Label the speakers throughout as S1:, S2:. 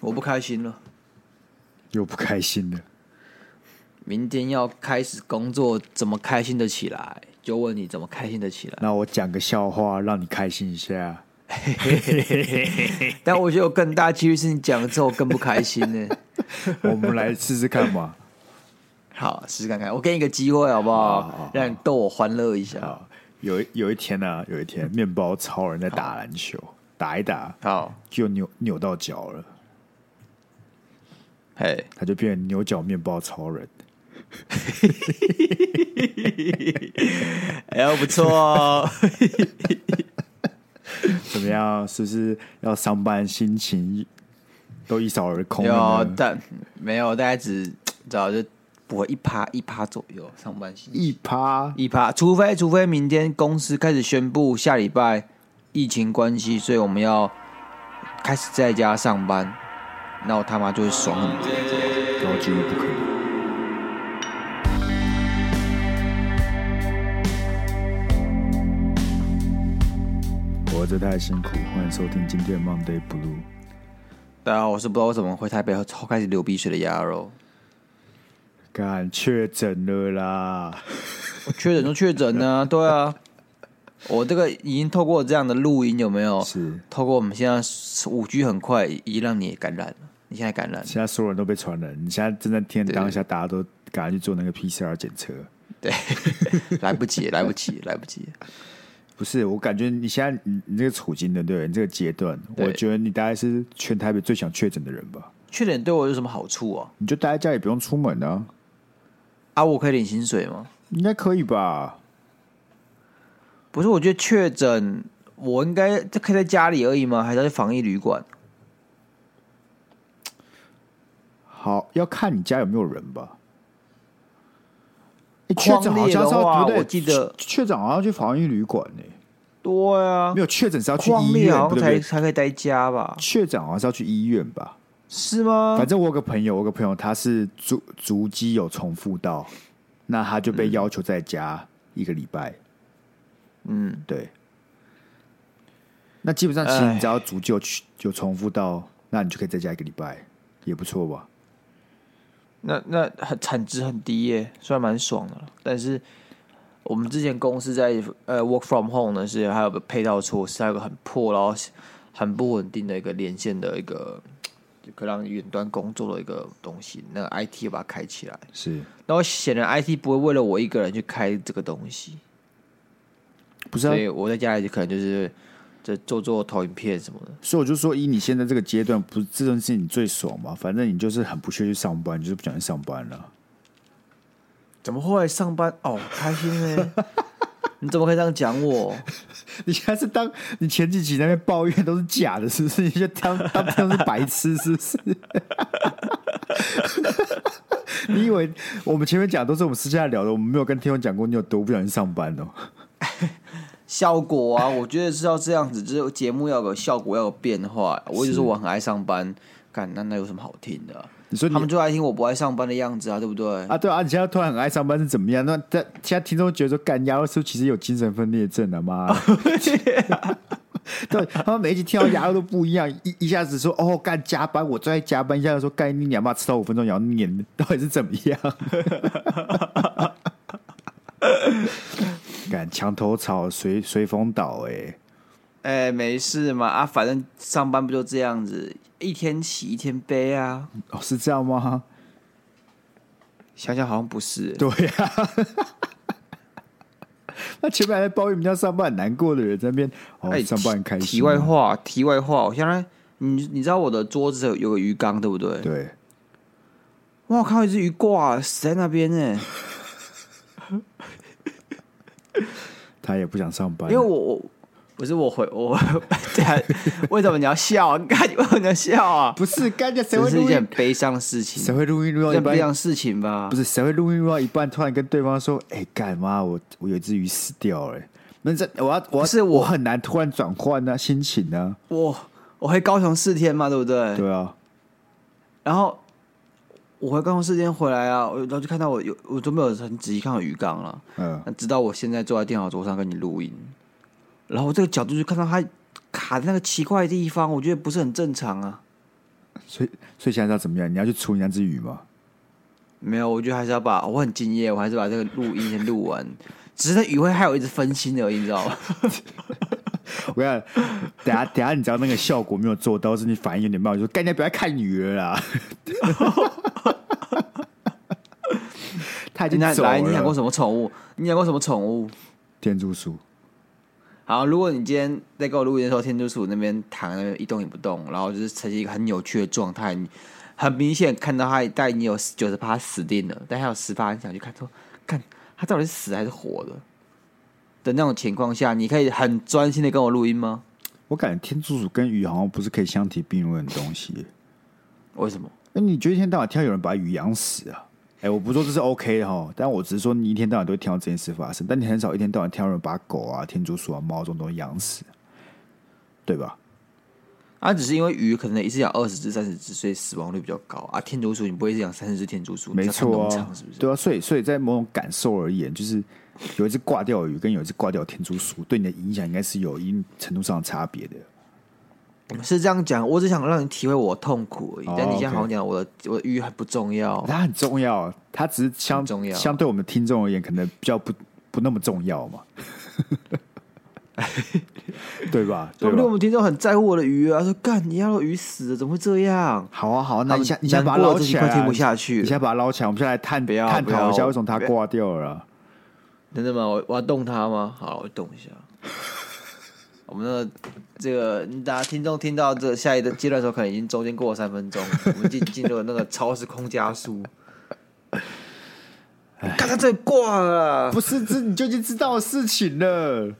S1: 我不开心了，
S2: 又不开心了。
S1: 明天要开始工作，怎么开心的起来？就问你怎么开心的起来。
S2: 那我讲个笑话让你开心一下。
S1: 但我觉得有更大几率是你讲了之后更不开心呢、
S2: 我们来试试看嘛。
S1: 好，试试看看，我给你一个机会好不好？让你逗我欢乐一下。
S2: 啊，有一有一天啊，有一天面包超人在打篮球，打一打
S1: 好，
S2: 就扭扭到脚了，
S1: 嘿，
S2: 他就变成牛角面包超人。
S1: 哎呦，不错哦。
S2: 怎么样？是不是要上班心情都一扫而空了
S1: 有
S2: 呢？
S1: 但没有，大概只早就不会一趴一趴左右上半期
S2: 一趴
S1: 一趴，除非除非明天公司开始宣布下礼拜疫情关系，所以我们要开始在家上班，那我他妈就会爽很多。
S2: 高几率不可能。活着太辛苦，欢迎收听今天的 Monday Blue。
S1: 大家好，啊我是不知道为什么回台北后超开始流鼻水的鸭肉，
S2: 干确诊了啦！
S1: 我确诊就确诊呢，对啊，我这个已经透过这样的录音有没有？
S2: 是，
S1: 透过我们现在五 G 很快，已经让你也感染了，你现在感染了。
S2: 现在所有人都被传染，你现在正在天
S1: 对
S2: 当下，大家都赶快去做那个 PCR 检测。
S1: 对， 来不及，来不及，来不及。
S2: 不是，我感觉你现在你你这个处境，对不对？你这个阶段，
S1: 对
S2: 我觉得你大概是全台北最想确诊的人吧。
S1: 确诊对我有什么好处啊？
S2: 你就待在家里不用出门啊，
S1: 啊，我可以领薪水吗？
S2: 应该可以吧？
S1: 不是，我觉得确诊我应该就可以在家里而已吗？还是要去防疫旅馆？
S2: 好，要看你家有没有人吧。诶确
S1: 框
S2: 诊好
S1: 列
S2: 像
S1: 的
S2: 是要
S1: 话
S2: 对不对？
S1: 我记得
S2: 确确诊好像要去防疫旅馆呢、
S1: 对啊
S2: 没，有确诊是要去
S1: 框
S2: 医
S1: 列
S2: 院，
S1: 好像
S2: 对不
S1: 才
S2: 对？
S1: 才可以待家吧？
S2: 确诊好像是要去医院吧。
S1: 是吗
S2: 反？正我有个朋友，我有个朋友他是足足迹有重复到，那他就被要求在家一个礼拜。
S1: 嗯，
S2: 对。那基本上，其实
S1: 唉
S2: 你只要足迹有去有重复到，那你就可以在家一个礼拜，也不错吧？
S1: 那那很产值很低耶、虽然蛮爽的啦，但是我们之前公司在呃 work from home 呢是还有个配套措施，还有个很破然后很不稳定的一个连线的一个就可以让远端工作的一个东西，那个 IT 把它开起来。
S2: 是
S1: 然后显然 IT 不会为了我一个人去开这个东西，
S2: 不是、啊
S1: 所？以我在家里可能就是这做做投影片什么的。
S2: 所以我就说，以你现在这个阶段，不是这件事情最爽嘛？反正你就是很不屑去上班，你就是不想去上班了。
S1: 怎么会上班哦开心 呢？你怎么可以这样讲我？
S2: 你现在是当你前几集那边抱怨都是假的，是不是？你就当当当是白痴，是不是？ 你以为我们前面讲都是我们私下聊的，我们没有跟听众讲过你有多不想去上班哦？
S1: 效果啊，我觉得是要这样子，就是节目要有个效果，要有变化。我一直说我很爱上班，干那那有什么好听的啊、
S2: 你说你
S1: 他们就爱听我不爱上班的样子啊，对不对？
S2: 啊，对啊，你现在突然很爱上班是怎么样？那但现在听众觉得说，干鸭肉是不是其实有精神分裂症啊？妈
S1: 哦
S2: 的， 对，他们每一集听到鸭肉都不一样，一一下子说哦干加班，我最爱加班，一下子说干你娘妈迟到五分钟也要念，到底是怎么样？ 干墙头草随随风倒哎、
S1: 哎、没事嘛啊，反正上班不就这样子，一天起一天悲啊。
S2: 哦是这样吗？
S1: 想想好像不是，欸
S2: 对呀、那前面还在抱怨人家上班很难过的人，在那边哦
S1: 哎
S2: 上班很开心啊。
S1: 题外话，题外话，我现在你你知道我的桌子有有个鱼缸对不对？
S2: 对。
S1: 哇，我看到一只鱼挂死在那边 呢，
S2: 他也不想上班，
S1: 因为我我不是我回我 对啊，为什么你要笑 啊？看你为什么你要笑啊？
S2: 不是干家谁
S1: 这
S2: 会
S1: 是一
S2: 录
S1: 件很
S2: 音？
S1: 悲伤的事情，
S2: 谁会录音录到
S1: 这
S2: 一
S1: 不一样
S2: 半？
S1: 的事情吧
S2: 不？是谁会录音录到一半，突然跟对方说：“哎、干妈，我我有一只鱼死掉了、那这我要我要
S1: 不是我
S2: 我很难突然转换呢心情呢、
S1: 我我回高雄四天嘛，对不对？
S2: 对啊，
S1: 然后我回高雄四天回来啊，我然后就看到我有我都没有很仔细看到鱼缸了。
S2: 嗯，
S1: 那直到我现在坐在电脑桌上跟你录音，然后我这个角度就看到它卡在那个奇怪的地方，我觉得不是很正常啊。
S2: 所以所以现在是要怎么样？你要去除你那只鱼吗？
S1: 没有，我觉得还是要把，我很敬业，我还是把这个录音先录完。只是那余晖害我一直分心而已，你知 道吗？
S2: 我跟你讲，等下 等下，你知道那个效果没有做到，是你反应有点慢，我就说干，你不要看女儿啦。 他已经
S1: 那
S2: 走
S1: 来，你养过
S2: 了。
S1: 什么宠物？你养过什么宠物？
S2: 天竺鼠，
S1: 好，如果你今天在跟我录音的时候，天竺鼠那边躺在那边一动也不动，然后就是呈现一个很扭曲的状态，你很明显看到它大概已经 有九十趴死定了，但还有十趴你想去看说，看它到底是死还是活的的那种情况下，你可以很专心的跟我录音吗？
S2: 我感觉天竺鼠跟鱼好像不是可以相提并论的东西。
S1: 为什么？
S2: 那你觉得一天到晚听到有人把鱼养死啊？哎、我不说这是 OK 的哈，但我只是说你一天到晚都会听到这件事发生，但你很少一天到晚听到有人把狗啊、天竺鼠啊、猫这种东西养死，对吧？
S1: 啊，只是因为鱼可能一次养二十只、三十只，所以死亡率比较高啊。天竺鼠你不会一次养三十只天竺鼠，
S2: 没
S1: 你是要看
S2: 错、
S1: 农
S2: 啊
S1: 场是不，是？
S2: 对啊，所以所以在某种感受而言，就是有一只挂钓鱼跟有一只挂钓天竺鼠对你的影响，应该是有一定程度上的差别的。
S1: 是这样讲，我只想让你体会我的痛苦而已。
S2: 哦
S1: 但你现在
S2: OK
S1: 好像讲我的我的鱼很不重要，
S2: 它很重要，啊它只是相
S1: 很重要
S2: 相对我们听众而言，可能比较不不那么重要嘛， 对吧？
S1: 说
S2: 对
S1: 不定我
S2: 吧？
S1: 们听众很在乎我的鱼啊，说干你要我鱼死了，怎么会这样？
S2: 好啊，好啊，那
S1: 他
S2: 你
S1: 们
S2: 先你先把它
S1: 难过
S2: 捞
S1: 自己
S2: 起来啊、
S1: 快听不下去了
S2: 你先把它捞起来，我们先来探
S1: 不要
S2: 探讨一
S1: 不
S2: 下
S1: 要
S2: 为什么它挂掉了啊。
S1: 真的吗？我我要动它吗？好，我动一下。 我们的这个大家听众听到这个下一个阶段的时候，可能已经中间过了三分钟， 我们进进入了那个超时空加速。看它这里挂了，
S2: 不是，这你就已经知道的事情了。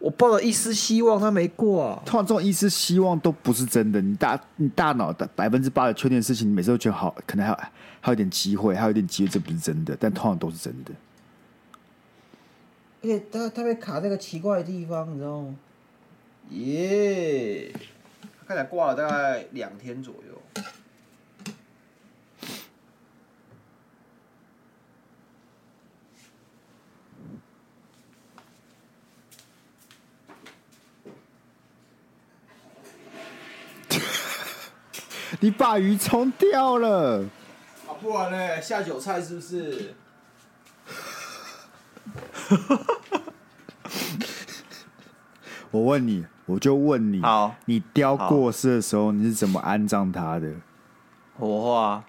S1: 我抱着一丝希望，它没挂。
S2: 通常这种意思希望都不是真的。你大你大脑的百分之八的确定的事情，你每次都觉得好，可能还有还有点机会，还有点机会，这不是真的，但通常都是真的。
S1: 而且它它被卡在一个奇怪的地方，你知道吗？耶、它看起来挂了大概两天左右。
S2: 你把鱼冲掉了，
S1: 啊，不然呢？下酒菜是不是？
S2: 我问你，我就问你，
S1: 好
S2: 你雕过世的时候，你是怎么安葬它的？
S1: 火化。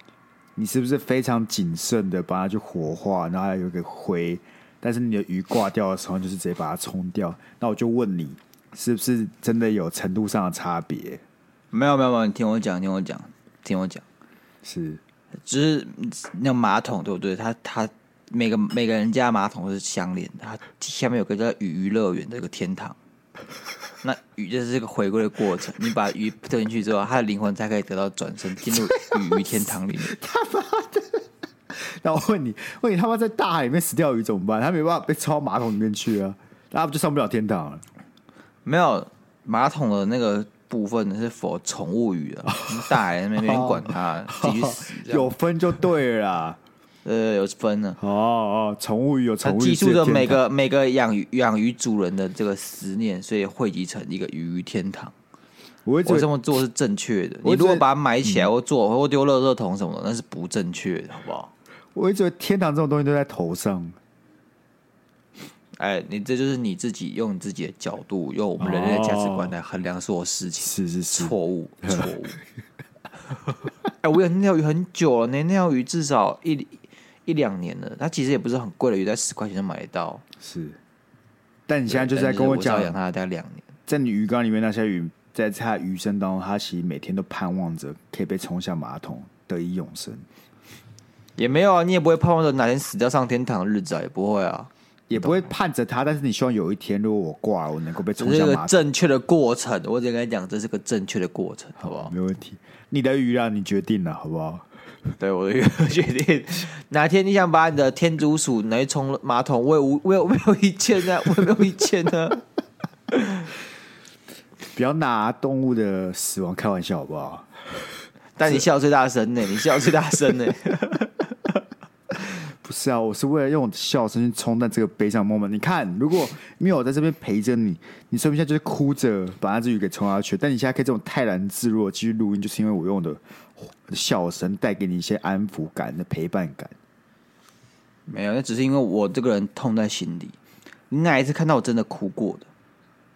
S2: 你是不是非常谨慎的把它去火化，然后还有一个灰？但是你的鱼挂掉的时候，就是直接把它冲掉。那我就问你，是不是真的有程度上的差别？
S1: 没有没有没有，你听我讲，听我讲，听我讲，
S2: 是。
S1: 只是嗯那个马桶对不对？它它每个每个人家的马桶都是相连的，它下面有个叫鱼乐园的一个天堂。那鱼就是这个回归的过程，你把鱼丢进去之后，它的灵魂才可以得到转身，进入鱼鱼天堂里 面。
S2: 那我问你，问你他妈在大海里面死掉的鱼怎么办？他没办法被冲到马桶里面去啊，那不就上不了天堂了？
S1: 没有马桶的那个部分是否宠物鱼的，你大海那边没人管 它，自己去死这样。
S2: 有分就对了啦。
S1: 呃有分呢。
S2: 哦哦，宠物鱼有
S1: 它
S2: 宠物鱼
S1: 记
S2: 是
S1: 住了
S2: 天堂
S1: 每个每个养鱼养鱼主人的这个思念，所以汇集成一个鱼鱼天堂。
S2: 我一直
S1: 我这么做是正确的。你
S2: 我觉得嗯
S1: 如果把它埋起来，或做或丢垃圾桶什么的，那是不正确的，好不好？
S2: 我一直以为天堂这种东西都在头上。
S1: 哎，你这就是你自己用你自己的角度，用我们人类的价值观来衡量所有事情。
S2: 是是是，
S1: 错误， 错误。哎，我养那条鱼很久了，那那条鱼至少一一两年了。它其实也不是很贵的鱼，在十块钱就买得到。
S2: 是。但你现在就是在
S1: 但
S2: 跟我
S1: 我
S2: 讲
S1: 只要，养它大概两年。
S2: 在你鱼缸里面那些鱼，在它余生当中，它其实每天都盼望着可以被冲下马桶，得以永生。
S1: 也没有啊，你也不会盼望着哪天死掉上天堂的日子啊，也不会啊，
S2: 也不会盼着它，但是你希望有一天，如果我挂了，我能够被
S1: 这
S2: 冲
S1: 是一
S2: 下
S1: 个
S2: 马桶。
S1: 正确的过程。我只跟你讲，这是个正确的过程，好不好？
S2: 没问题，你的鱼让你决定了，好不好？
S1: 对，我的一个决定，哪天你想把你的天竺鼠拿去冲马桶，我也无，我也没有意见呢、啊，我也没有意见呢、啊。
S2: 不要拿动物的死亡开玩笑，好不好？
S1: 但你笑最大声呢、你笑最大声呢、
S2: 不是啊，我是为了用我的笑声去冲淡这个悲伤 moment。你看，如果没有我在这边陪着你，你说不定现在就是哭着把那只鱼给冲下去。但你现在可以这种泰然自若地继续录音，就是因为我用我的笑声带给你一些安抚感、的陪伴感。
S1: 没有，那只是因为我这个人痛在心里。你哪一次看到我真的哭过的？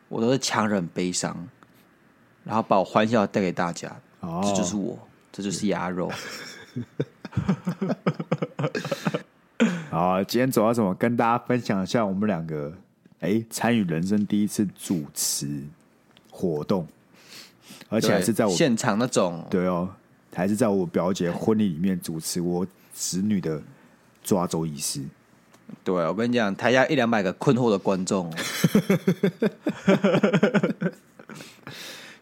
S1: 我都是强忍悲伤，然后把我欢笑带给大家。
S2: 哦
S1: 这就是我，这就是鸭肉。
S2: 好啊，今天主要什么？跟大家分享一下我们两个哎参与人生第一次主持活动，而
S1: 而
S2: 且还是在我
S1: 现场那种，
S2: 对哦，还是在我表姐婚礼里面主持我侄女的抓周仪式。
S1: 对我跟你讲，台下一两百个困惑的观众哦，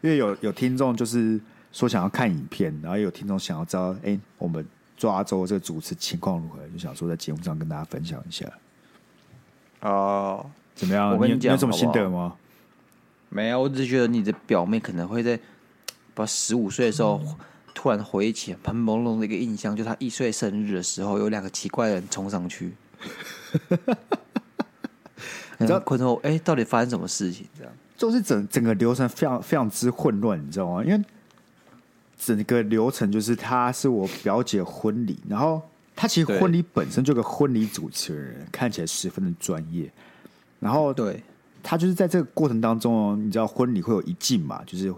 S2: 因为有有听众就是说想要看影片，然后有听众想要知道，哎、我们抓周这个主持情况如何，就想说在节目上跟大家分享一下，
S1: 哦，
S2: 怎么样？
S1: 我跟你
S2: 有
S1: 讲
S2: 有什么
S1: 好不
S2: 心
S1: 好
S2: 得吗？
S1: 没有，我只是觉得你的表妹可能会在把十五岁的时候
S2: 嗯
S1: 突然回忆起很朦胧的一个印象，就她一岁生日的时候，有两个奇怪的人冲上 去，
S2: 你
S1: 然
S2: 知
S1: 后
S2: 道
S1: 困惑，哎、到底发生什么事情？这样
S2: 就是整整个流程非常非常之混乱，你知道吗？因为整个流程就是她是我表姐婚礼，然后她其实
S1: 对
S2: 婚礼本身就有个婚礼主持人，看起来十分的专业，然后
S1: 对，
S2: 他就是在这个过程当中哦，你知道婚礼会有一进嘛，就是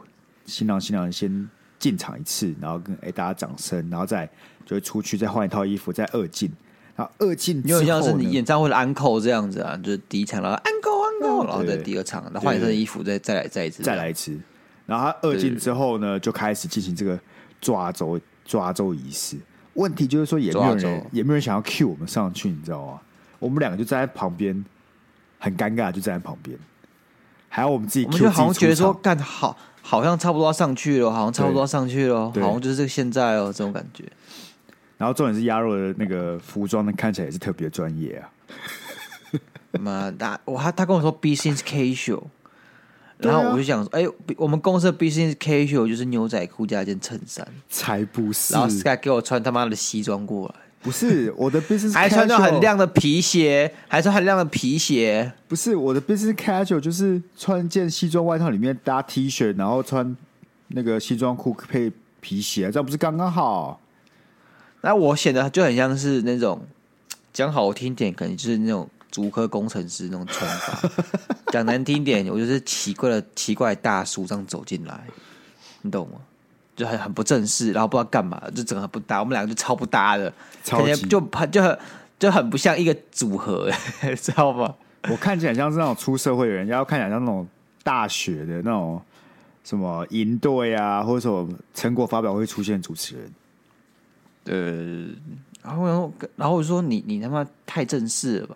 S2: 新郎新娘先进场一次，然后跟哎、大家掌声，然后再就会出去，再换一套衣服，再二进，然后二进之
S1: 有
S2: 后
S1: 点像是
S2: 呢
S1: 你演唱会的 uncle 这样子啊，就是第一场，然后 uncle uncle，然后
S2: 哦对
S1: 在第二场，然后换一身衣服，再再来再一次，
S2: 再来一次，然后他二进之后呢，就开始进行这个抓周抓周仪式。问题就是说，也没有
S1: 抓
S2: 人
S1: 周
S2: 也没有人想要 cue 我们上去，你知道吗？我们两个就站在旁边，很尴尬，就站在旁边，还有我们自己
S1: 我
S2: cue
S1: 们
S2: 自己
S1: 就好像觉得说，
S2: 出场
S1: 干好，好像差不多要上去了，好像差不多要上去了，
S2: 对
S1: 好像就是这个现在哦，这种感觉。
S2: 然后重点是鸭肉的那个服装呢，看起来也是特别专业啊。
S1: 妈，他我他他跟我说 business casual，
S2: 对
S1: 然
S2: 啊
S1: 后我就想说，哎、我们公司的 business casual 就是牛仔裤加一件衬衫，
S2: 才不是
S1: 然，后 Sky 给我穿他妈的西装过来，
S2: 不是我的 business，
S1: 还穿着
S2: casual
S1: 很亮的皮鞋，还穿很亮的皮鞋，
S2: 不是我的 business casual，就是穿一件西装外套，里面搭 T 恤，然后穿那个西装裤配皮鞋，这样不是刚刚好？
S1: 那我显得就很像是那种讲好听点，可能就是那种足科工程师那种穿法； 讲难听点，我就是奇怪的奇怪的大叔这样走进来，你懂吗？就很很不正式，然后不知道干嘛，就整个不搭，我们两个就超不搭的，
S2: 超级
S1: 感觉就很就很就很不像一个组合， 知道吗？
S2: 我看起来像是那种出社会的人，要看起来像那种大学的那种什么营队啊，或者什么成果发表会出现的主持人。
S1: 呃，然后然后然后我就说你你他妈太正式了吧？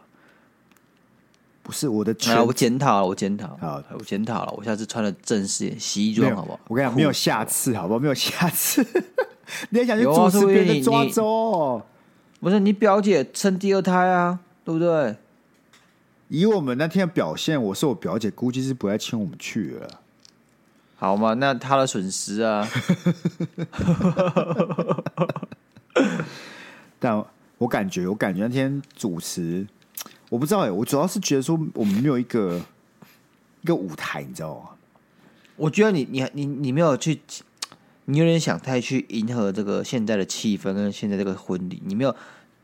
S2: 不是我的全
S1: 啊，我检讨了，我检讨，
S2: 好，
S1: 我检讨了，我下次穿的正式一点，西
S2: 没
S1: 装
S2: 有
S1: 好不好？
S2: 我跟你讲，
S1: 裤
S2: 没有
S1: 子
S2: 下次，好不好？没有下次。你还想去
S1: 有啊
S2: 主持别人
S1: 说不定
S2: 的
S1: 你
S2: 抓
S1: 你
S2: 周哦、
S1: 不是你表姐生第二胎啊，对不对？
S2: 以我们那天的表现，我是我表姐，估计是不会请我们去了。
S1: 好嘛，那她的损失啊，
S2: 但我感觉，我感觉那天主持，我不知道哎、我主要是觉得说我们没有一个一个舞台，你知道吗？
S1: 我觉得你你你你没有去，你有点想太去迎合这个现在的气氛跟现在这个婚礼，你没有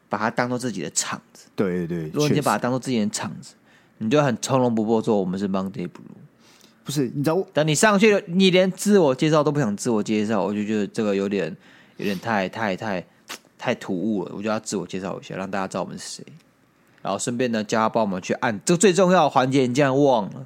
S1: 把它当做自己的场子。
S2: 对对对，
S1: 如果你
S2: 确实
S1: 把它当做自己的场子，你就很从容不迫说我们是 Monday Blue。
S2: 不是你知道我
S1: 等你上去了，你连自我介绍都不想自我介绍，我就觉得这个有点有点太太太太突兀了。我就要自我介绍一下，让大家知道我们是谁，然后顺便呢叫他帮我们去按这个最重要的环节，你竟然忘了，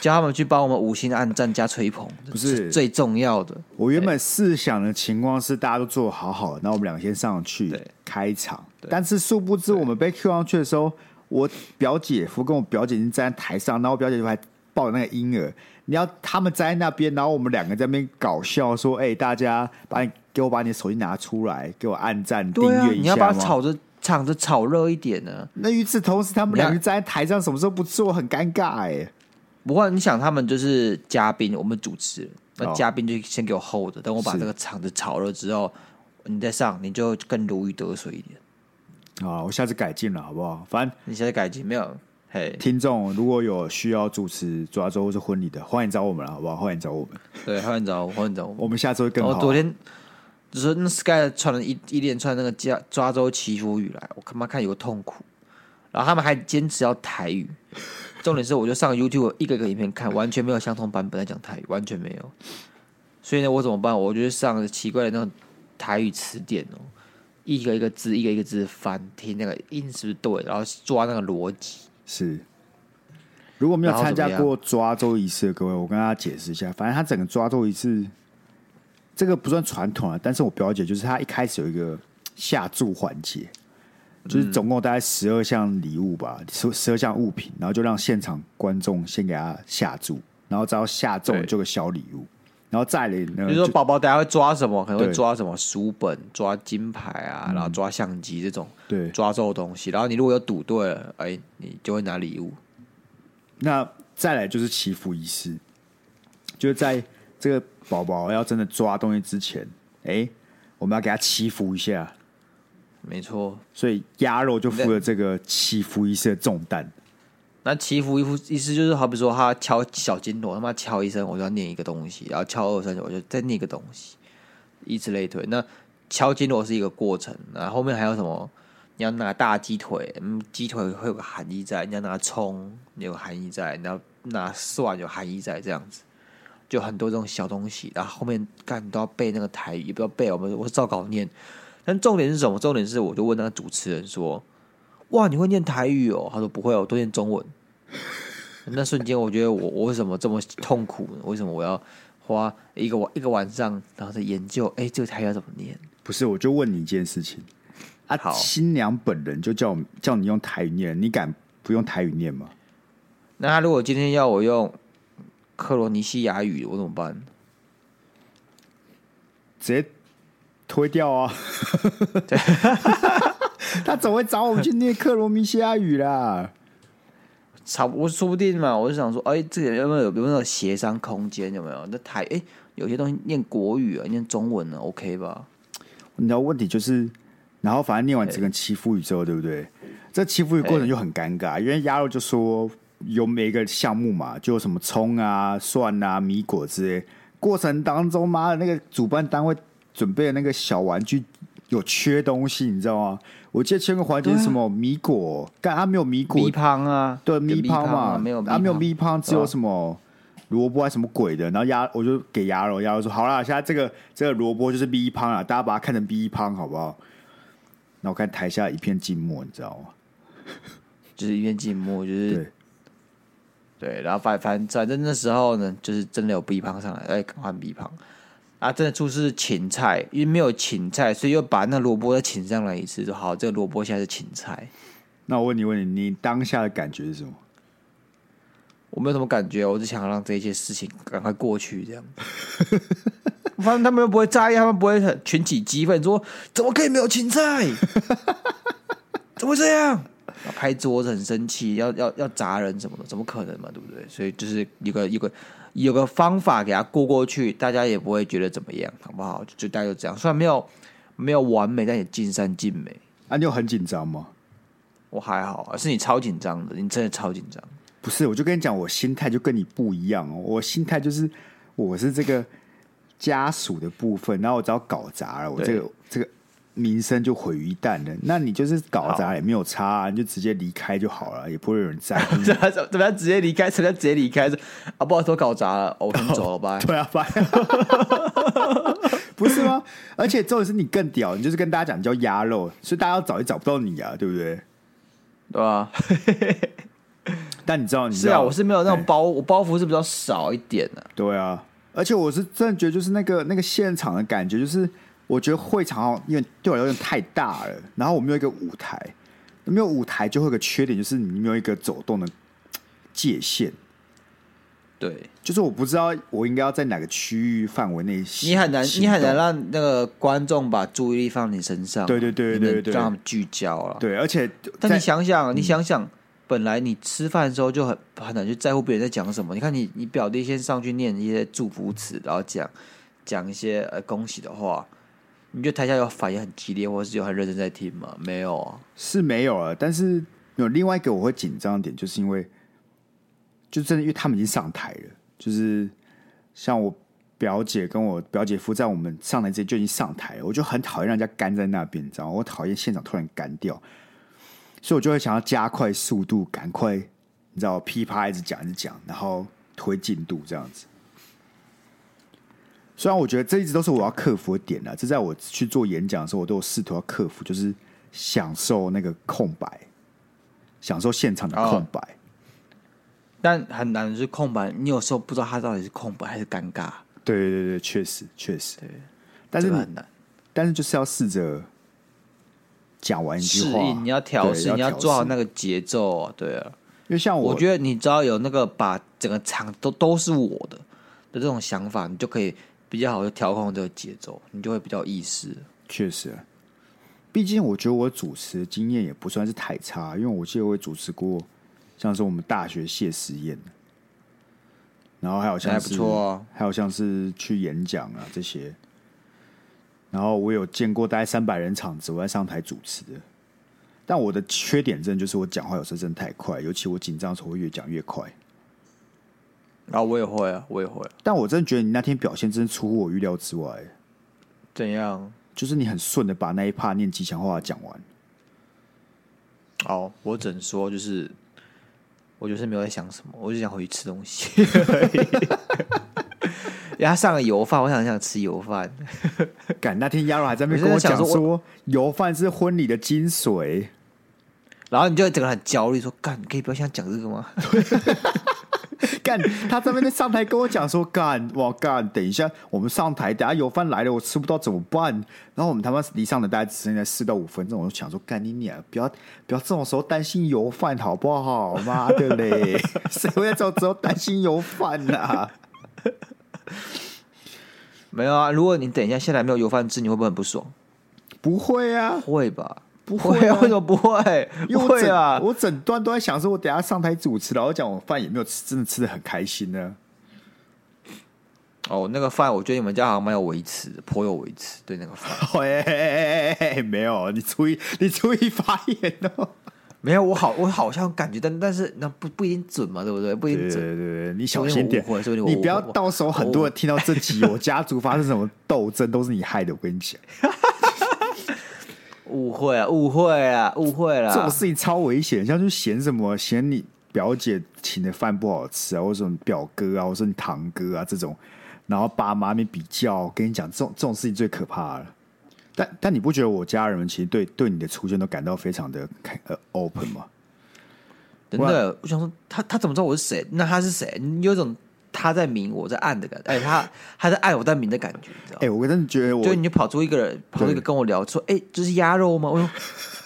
S1: 叫他们去帮我们五星按赞加吹捧，
S2: 不是
S1: 这最重要的。
S2: 我原本试想的情况是大家都做好好的，那我们两个先上去
S1: 对
S2: 开场，但是殊不知我们被 Q 上去的时候，我表姐夫跟我表姐已经站在台上，然后我表姐夫还抱着那个婴儿，你要他们站在那边，然后我们两个在那边搞笑说：“哎、大家把你给我把你的手机拿出来，给我按赞订
S1: 对啊，
S2: 阅一
S1: 你
S2: 下
S1: 要把
S2: 嘛
S1: 炒着场子炒热一点呢、
S2: 那与此同时，他们两个
S1: 你
S2: 站在台上，什么时候不做，很尴尬哎、
S1: 不过你想，他们就是嘉宾，我们主持人，那
S2: 哦
S1: 嘉宾就先给我 hold，着等我把
S2: 是
S1: 这个场子炒了之后，你再上，你就更如鱼得水一点。
S2: 好，我下次改进了，好不好？反正
S1: 你现在改进没有？嘿，
S2: 听众如果有需要主持抓周或是婚礼的，欢迎找我们了，好不好？欢迎找我们，
S1: 对，欢迎找我，欢迎找我。
S2: 我们下周会更
S1: 我
S2: 好。
S1: 哦
S2: 啊
S1: 昨天就是那 Sky 穿了一一连串那个加抓周祈福语来，我他妈看有个痛苦。然后他们还坚持要台语，重点是我就上 YouTube 一个一个影片看，完全没有相同版本在讲台语，完全没有。所以呢，我怎么办？我就是上奇怪的那种台语词典哦，一个一个字，一个一个字翻，听那个音是不是对，然后抓那个逻辑。
S2: 是，如果没有参加
S1: 然后怎么
S2: 过抓周仪式的各位，我跟大家解释一下，反正他整个抓周仪式，这个不算传统啊，但是我表姐就是她一开始有一个嘖下注环节，就是总共大概十二项礼物吧，十十二项物品，然后就让现场观众先给他下注，然后只要下中了
S1: 对
S2: 就有个小礼物，然后再来呢，
S1: 比如说
S2: 呃就
S1: 宝宝等下会抓什么，可能会
S2: 对嗯
S1: 抓什么书本、抓金牌啊，然后抓相机这种。
S2: 对，
S1: 抓周的东西，然后你如果有赌对了，哎、你就会拿礼物。
S2: 那再来就是祈福仪式，就是在这个宝宝要真的抓东西之前，哎、我们要给他祈福一下，
S1: 没错，
S2: 所以鸭肉就负了这个祈福仪式的重担。
S1: 那祈福一副意思就是，好比说他敲小金锣，他妈敲一声我就要念一个东西，然后敲二声我就再念一个东西，以此类推。那敲金锣是一个过程，然后后面还有什么？你要拿大鸡腿，嗯，鸡腿会有个含义在；你要拿葱，有含义在；你要拿蒜，有含义在。这样子，就很多这种小东西。然后后面干你都要背那个台语，也不要背，我们我照稿念。但重点是什么？重点是我就问那个主持人说：“哇，你会念台语哦？”他说：“不会哦，我都念中文。”那瞬间，我觉得我我为什么这么痛苦呢？为什么我要花一个晚一个晚上，然后在研究？哎、这个台语要怎么念？
S2: 不是，我就问你一件事情啊
S1: 好，
S2: 新娘本人就叫我们叫你用台语念，你敢不用台语念吗？
S1: 那他如果今天要我用克罗尼西亚语，我怎么办？
S2: 直接推掉啊！ 他总会找我们去念克罗米西亚语啦。
S1: 差不我说不定嘛，我就想说，哎、这个有没有有没有那种协商空间？有没有？那台哎、有些东西念国语啊，念中文呢、o k 吧？
S2: 你知道问题就是，然后反正念完这个祈福语之后，对不对？这祈福语过程就很尴尬，因为鸭肉就说有每一个项目嘛，就有什么葱啊、蒜啊、米果之类。过程当中，妈的那个主办单位准备的那个小玩具有缺东西，你知道吗？我记得缺个环节是什么、米果，干啊他没有米果
S1: 米，汤啊，
S2: 对
S1: 有
S2: 咪
S1: 汤
S2: 胖嘛，
S1: 没有，
S2: 啊没有咪胖，只有
S1: 对啊
S2: 什么萝卜还是什么鬼的，然后鸭我就给鸭肉，鸭肉说好啦，现在这个这个萝卜就是咪胖啦，大家把它看成咪胖好不好？然后我看台下一片静默，你知道吗？
S1: 就是一片静默，就是
S2: 对
S1: 对，然后反反反正那时候呢，就是真的有 B 胖上来，哎，赶快 B 胖啊！真的出事是芹菜，因为没有芹菜，所以又把那萝卜再请上来一次，说好，这个萝卜现在是芹菜。
S2: 那我问你问你，你当下的感觉是什么？
S1: 我没有什么感觉，我只想让这些事情赶快过去，这样。 反正他们又不会在意，他们不会很群起激愤，说怎么可以没有芹菜？ 怎么会这样？然后拍桌子很生气，要要要砸人什么的，怎么可能嘛？对不对？所以就是有个有个有个方法给他过过去，大家也不会觉得怎么样，好不好？就就大家就这样，虽然没有没有完美，但也尽善尽美。
S2: 啊，你有很紧张吗？
S1: 我还好，而是你超紧张的，你真的超紧张。。
S2: 不是，我就跟你讲，我心态就跟你不一样哦。我心态就是我是这个家属的部分，然后我只要搞砸了，我这个这个名声就毁于一旦了。那你就是搞砸也没有差、啊，你就直接离开就好了，也不会有人在乎
S1: 怎么怎么样直接离开？什么叫直接离开？是啊，不好意思，我搞砸了， 哦我先走了，拜。
S2: 对啊，拜。 不是吗？而且重点是你更屌，你就是跟大家讲你叫鸭肉，所以大家要找也找不到你啊，对不对？
S1: 对吧？
S2: 但你知道，你知
S1: 是啊，
S2: 道
S1: 我是没有那
S2: 哎
S1: 种包，我包袱是比较少一点的、
S2: 对啊，而且我是真的觉得，就是那个那个现场的感觉，就是我觉得会场好像因为对我来说有点太大了，然后我没有一个舞台，没有舞台就会有个缺点，就是你没有一个走动的界限，
S1: 对
S2: 就是我不知道我应该要在哪个区域范围内行，
S1: 你很难，
S2: 行
S1: 你很
S2: 动
S1: 难让那个观众把注意力放你身上。啊
S2: 对对对
S1: 你们
S2: 对对
S1: 让他们聚焦了。
S2: 对，而且
S1: 但你
S2: 在嗯
S1: 想想，你想想，本来你吃饭的时候就很很难去在乎别人在讲什么。你看你，你表弟先上去念一些祝福词，然后讲讲一些呃恭喜的话，你觉得台下有反应很激烈，或是有很认真在听吗？没有啊，
S2: 是没有了，但是有另外一个我会紧张的点，就是因为就真的因为他们已经上台了，就是像我表姐跟我表姐夫在我们上台之前就已经上台了，我就很讨厌让人家干在那边，你知道吗？我讨厌现场突然干掉，所以我就会想要加快速度，赶快你知道噼啪一直讲一直讲，然后推进度这样子。虽然我觉得这一直都是我要克服的点啊，这在我去做演讲的时候，我都有试图要克服，就是享受那个空白，享受现场的空白。
S1: 但很难是空白，你有时候不知道它到底是空白还是尴尬，
S2: 对对对对，确实确实。但
S1: 这
S2: 是
S1: 个
S2: 你
S1: 很难
S2: 但是就是要试着讲完一句
S1: 适
S2: 话，
S1: 应，你要调
S2: 对
S1: 试，你要
S2: 调
S1: 做好
S2: 试
S1: 那个节奏啊，对啊。
S2: 因为像
S1: 我
S2: 我，
S1: 觉得你只要有那个把整个场都都是我的的这种想法，你就可以比较好的调控这个节奏，你就会比较有意识。
S2: 确实，毕竟我觉得我主持的经验也不算是太差，因为我记得我也主持过，像是我们大学谢师宴，然后还有像
S1: 还
S2: 是
S1: 不错啊
S2: 还有像是去演讲啊这些，然后我有见过大概三百人场子，我在上台主持的。但我的缺点真的就是我讲话有时候真的太快，尤其我紧张的时候会越讲越快。
S1: 然后我也会啊，我也会、
S2: 但我真的觉得你那天表现真的出乎我预料之外，
S1: 怎样？
S2: 就是你很顺的把那一趴念吉祥话讲完。
S1: 哦，我只能说就是，我就是没有在想什么，我就想回去吃东 西。 因为他上了油饭，我想想吃油饭。
S2: 赶那天鸭肉还在那边
S1: 我
S2: 跟我
S1: 现在
S2: 讲
S1: 想说
S2: 说，油饭是婚礼的精髓。
S1: 然后你就整个人很焦虑，说：“干，你可以不要想讲这个吗
S2: 干，他在那边上台跟我讲说， 干，哇干，等一下我们上台，等下油饭来了，我吃不到怎么办？然后我们他妈离上台大概只剩下四到五分钟，我就想说，干你娘，不要不要这种时候担心油饭好不好？妈的 嘞，谁会在这种时候担心油饭啊？？”
S1: 没有啊，如果你等一下下来没有油饭吃，你会不会很不爽？
S2: 不会啊，
S1: 会吧？
S2: 不会啊
S1: 啊？为什么不会？
S2: 因为我
S1: 会
S2: 整、
S1: 啊！
S2: 我整段都在想说，我等一下上台主持，然后讲我饭也没有吃，真的吃的很开心呢、
S1: 哦，那个饭，我觉得你们家好像蛮有维持的，颇有维持。对那个 饭，
S2: 喂、没有，你注意，你注意发言哦。
S1: 没有我好，我好像感觉，但但是那不不一定准嘛，对不对？不一定准。
S2: 对，你
S1: 小
S2: 小
S1: 心
S2: 心
S1: 点
S2: 点，
S1: 你
S2: 你
S1: 不
S2: 不
S1: 要
S2: 要
S1: 到
S2: 到
S1: 时
S2: 时
S1: 候
S2: 候
S1: 很
S2: 很
S1: 多
S2: 多
S1: 人
S2: 人听到这集，我家族发生什么斗争都是你害的。我跟你讲，
S1: 误会啊，误会 啊，误会
S2: 这种
S1: 啦！
S2: 事情超危险，像就嫌什么嫌你表姐请的饭不好吃啊，或者什么表哥啊，或者你堂哥啊这种，然后爸妈面比较，我跟你讲，这种这种事情最可怕了。但但你不觉得我家人们其实对对你的出现都感到非常的开呃 open 吗？
S1: 哦真的，我想说他他怎么知道我是谁？那他是谁？你有一种他在明我在暗的感觉，哎，他他在暗我在明的感觉，你知道
S2: 哎、
S1: 吗？
S2: 我真的觉得我
S1: 就你就跑出一个人，跑出一个
S2: 对
S1: 跟我聊说，哎，这是鸭肉吗？我说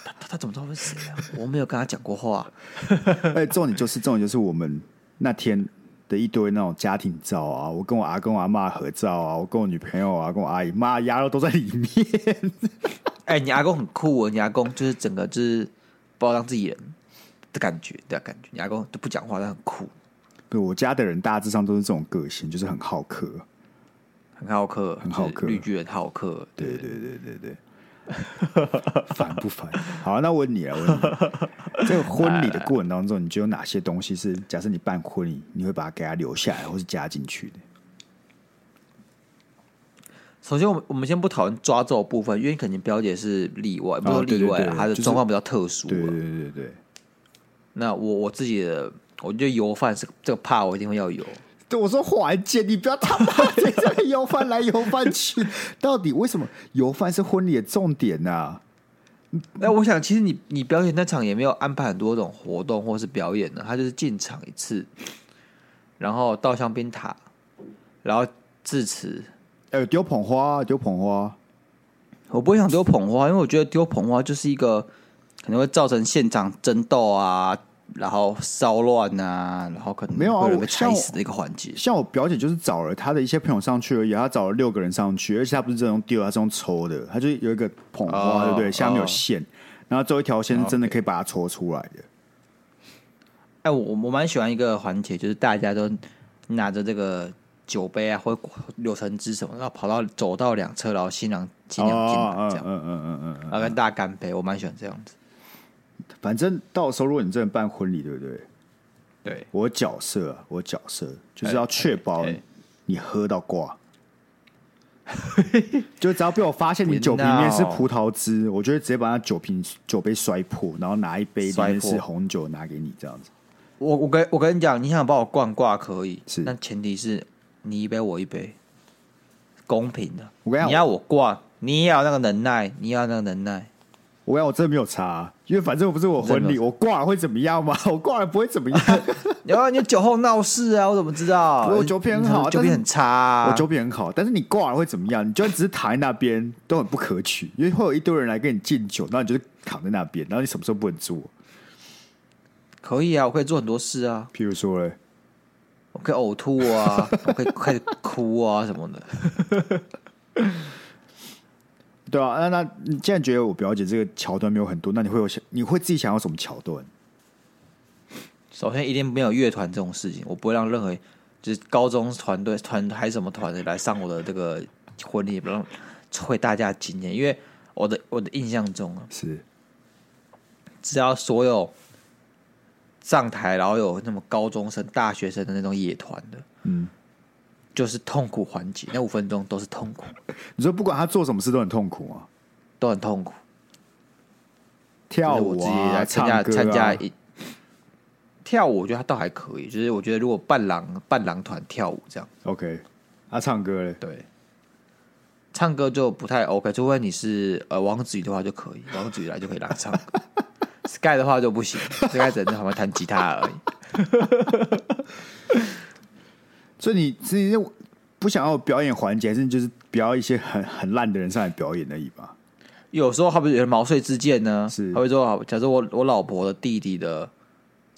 S1: 他他他怎么知道我是谁 啊？我没有跟他讲过话。
S2: 哎，重点就是重点就是我们那天的一堆那种家庭照啊，我跟我阿公阿妈合照啊，我跟我女朋友啊，跟我阿姨妈鸭肉都在里面。
S1: 哎，你阿公很酷哦，你阿公就是整个就是不知道当自己人的感觉的感觉，你阿公都不讲话，但很酷，
S2: 对我家的人大致上都是这种个性，就是很好客。
S1: 很好客，
S2: 很好客
S1: 就是绿巨人好客，对，
S2: 对对对对对，烦不烦？ 好，那我问你啊，我问你，这个婚礼的过程当中，你觉得有哪些东西是假设你办婚礼，你会把它给它留下来，或是加进去的？
S1: 首先，我们我们先不讨论抓周的部分，因为肯定表姐是例外，不是说
S2: 对
S1: 例
S2: 对
S1: 外啊，
S2: 对
S1: 她的
S2: 就是
S1: 状况比较特殊啊。
S2: 对对对对对，
S1: 那我我自己的，我觉得油饭是这个怕，我一定会要油。
S2: 对，我说华姐，你不要他妈在这边 油饭来油饭去，到底为什么油饭是婚礼的重点啊呢、
S1: 那我想，其实你你表演那场也没有安排很多种活动或是表演呢，他就是进场一次，然后到香槟塔，然后致辞。
S2: 呃，丢捧花，丢捧花，啊
S1: 我不会想丢捧花，因为我觉得丢捧花就是一个可能会造成现场争斗啊，然后骚乱啊，然后可能
S2: 没有啊
S1: 会人
S2: 我
S1: 被
S2: 像
S1: 踩
S2: 我
S1: 死的一个环节。
S2: 像我表姐就是找了她的一些朋友上去而已，她找了六个人上去，而且她不是这种丢，啊她是用抽的，她就是有一个捧花，
S1: 哦
S2: 对不对？下面有
S1: 哦
S2: 线，然后最后一条线是真的可以把它抽出来的。
S1: 哎，我我蛮喜欢一个环节，就是大家都拿着这个酒杯啊，或柳橙汁什么，然后跑到走到两侧，然后新郎新娘进来这
S2: 嗯
S1: 样，
S2: 嗯嗯嗯嗯嗯，
S1: 然后跟大家干杯，我蛮喜欢这样子。
S2: 反正到时候如果你真的办婚礼，对不对？
S1: 对，
S2: 我角色啊，我角色就是要确保
S1: 哎哎哎
S2: 你喝到挂。
S1: 哎
S2: 就只要被我发现你酒瓶里面是葡萄汁，我就会直接把那酒瓶酒杯摔破，然后拿一杯里
S1: 摔
S2: 面是
S1: 破
S2: 红酒拿给你，这样子。
S1: 我我跟我跟你讲，你想把我灌挂可以，
S2: 是
S1: 但前提是你一杯我一杯，公平的。
S2: 我跟你讲
S1: 要我挂，你也要那个能耐，你也要那个能耐。
S2: 我讲我真的没有查、因为反正我不是我婚
S1: 真的没
S2: 礼，
S1: 有
S2: 我挂了会怎么样嘛？ 我挂了不会怎么样，
S1: 然啊后你酒后闹事啊，我怎么知道？
S2: 不是我酒品很好
S1: 你酒品很差、啊。
S2: 我酒品很好，但是你挂了会怎么样？你就算只是躺在那边都很不可取，因为会有一堆人来跟你敬酒，然后你就是躺在那边，然后你什么时候不能做？
S1: 可以啊，我可以做很多事啊，
S2: 譬如说嘞，
S1: 我可以呕吐啊，我可以开始哭啊什么的。
S2: 对啊，那那你既然觉得我表姐这个桥段没有很多，那你会有想你会自己想要什么桥段？
S1: 首先，一定没有乐团这种事情，我不会让任何就是高中团队团还是什么团的来上我的这个婚礼，不让会大家惊艳。因为我的我的印象中啊，
S2: 是
S1: 只要所有上台然后有那么高中生、大学生的那种野团的，
S2: 嗯，
S1: 就是痛苦环节，那五分钟都是痛苦，
S2: 你说不管她做什么事都很痛苦啊，
S1: 都很痛苦。就
S2: 跳
S1: 是我
S2: 舞
S1: 自己
S2: 啊，
S1: 来参加
S2: 唱歌啊
S1: 参加一跳舞，我觉得他倒还可以。就是我觉得如果伴郎伴郎团跳舞这样，
S2: ，OK，啊，唱歌嘞，
S1: 对，唱歌就不太 OK，除非你是呃王子宇的话就可以，王子宇来就可以来唱 歌。Sky 的话就不行，Sky 只能在旁边弹吉他而已。
S2: 所以你自己就不想要有表演环节，还是你就是不要一些很很烂的人上来表演而已吧？
S1: 有时候他不是有人毛遂自荐呢
S2: 是，
S1: 他会说好，假设我我老婆的弟弟的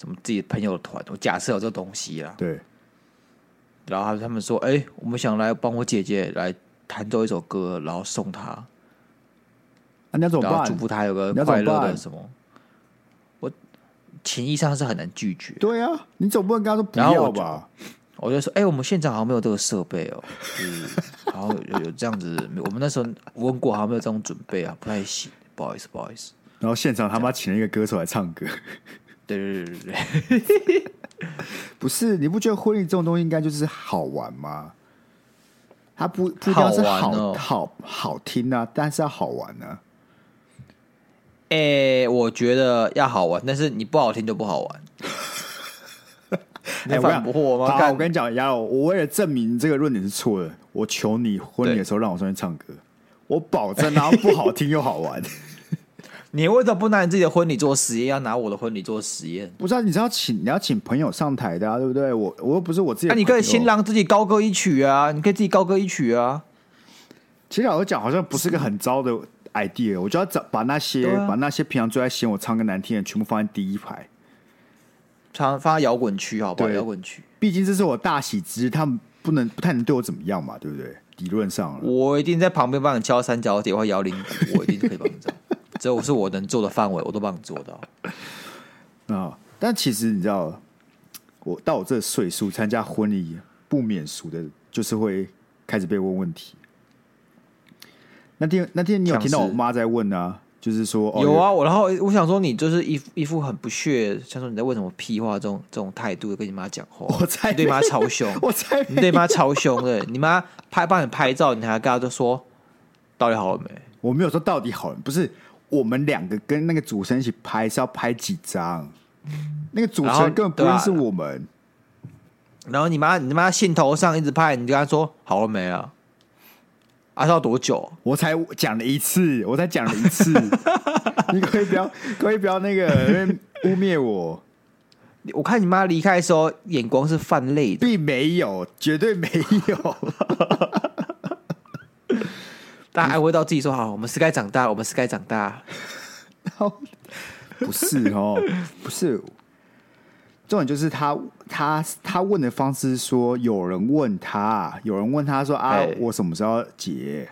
S1: 什么自己朋友的团，我假设有这东西啦，
S2: 对，
S1: 然后他们说：“哎、我们想来帮我姐姐来弹奏一首歌，然后送她，
S2: 啊，那怎么
S1: 然后祝
S2: 办？
S1: 福她有个
S2: 那怎么
S1: 快乐的
S2: 办
S1: 什么。”我情义上是很难拒绝，
S2: 对啊，你总不能跟他说不
S1: 然后我
S2: 要
S1: 就
S2: 吧？
S1: 我就说：“哎、我们现场好像没有这个设备哦，就是，然后有有这样子，我们那时候问过，好像没有这种准备啊，不太行，不好意思，不好意思。
S2: 然后现场他妈请了一个歌手来唱歌，”
S1: 对对对对对，
S2: 不是？你不觉得婚礼这种东西应该就是好玩吗？它不不一定要是好
S1: 好玩哦
S2: 好好听啊，但是要好玩啊。
S1: 哎、我觉得要好玩，但是你不好听就不好玩。 你
S2: 哎我
S1: 反驳我吗？
S2: 好，
S1: 干
S2: 我跟你讲，亚友，我为了证明这个论点是错的，我求你婚礼的时候让我上去唱歌，我保证 啊，不好听又好玩。
S1: 你为什么不拿你自己的婚礼做实验，要拿我的婚礼做实验？
S2: 不是啊，你是要请你要请朋友上台的啊，对不对？我我又不是我自己
S1: 那、
S2: 的朋
S1: 你
S2: 友。啊
S1: 可以新郎自己高歌一曲啊，你可以自己高歌一曲啊。
S2: 其实老实讲，好像不是个很糟的 idea。我就要找把那些、
S1: 对啊
S2: 把那些平常最爱嫌我唱歌难听的，全部放在第一排。
S1: 常放在摇滚区，好不好？
S2: 对
S1: 摇滚区，
S2: 毕竟这是我大喜之日，他们不能不太能对我怎么样嘛，对不对？理论上了，
S1: 我一定在旁边帮你敲三角铁或摇铃鼓，我一定可以帮你做。这我是我能做的范围，我都帮你做到。
S2: 啊，但其实你知道，我到我这岁数参加婚礼，不免俗的，就是会开始被问问题。那天那天你有
S1: 像
S2: 听到我
S1: 是
S2: 妈在问啊，就是说、哦、
S1: 有啊，我然后我想说，你就是一副一副很不屑，像说你在问什么屁话这种这种态度跟你妈讲话，
S2: 我才
S1: 你对妈超凶，
S2: 我才
S1: 你对妈超凶的，你妈拍帮你拍照，你还跟她就说到底好了没？
S2: 我没有说到底好人，不是我们两个跟那个主持人一起拍是要拍几张，那个主持
S1: 然后
S2: 人根本不
S1: 嗯对啊
S2: 认识我们，
S1: 然后你妈你妈兴头上一直拍，你就跟她说好了没啊？啊，要多久？
S2: 我才讲了一次，我才讲了一 次，你可以不要，可以不要那个污蔑我，
S1: 我看你妈离开的时候眼光是泛泪的，
S2: 并没有，绝对没有，
S1: 但安慰到自己说：“好，我们是该长大，我们是该长大。
S2: 不是哦，不是。重点就是他他他问的方式是说，有人问他，有人问他说啊
S1: 哎，
S2: 我什么时候要结？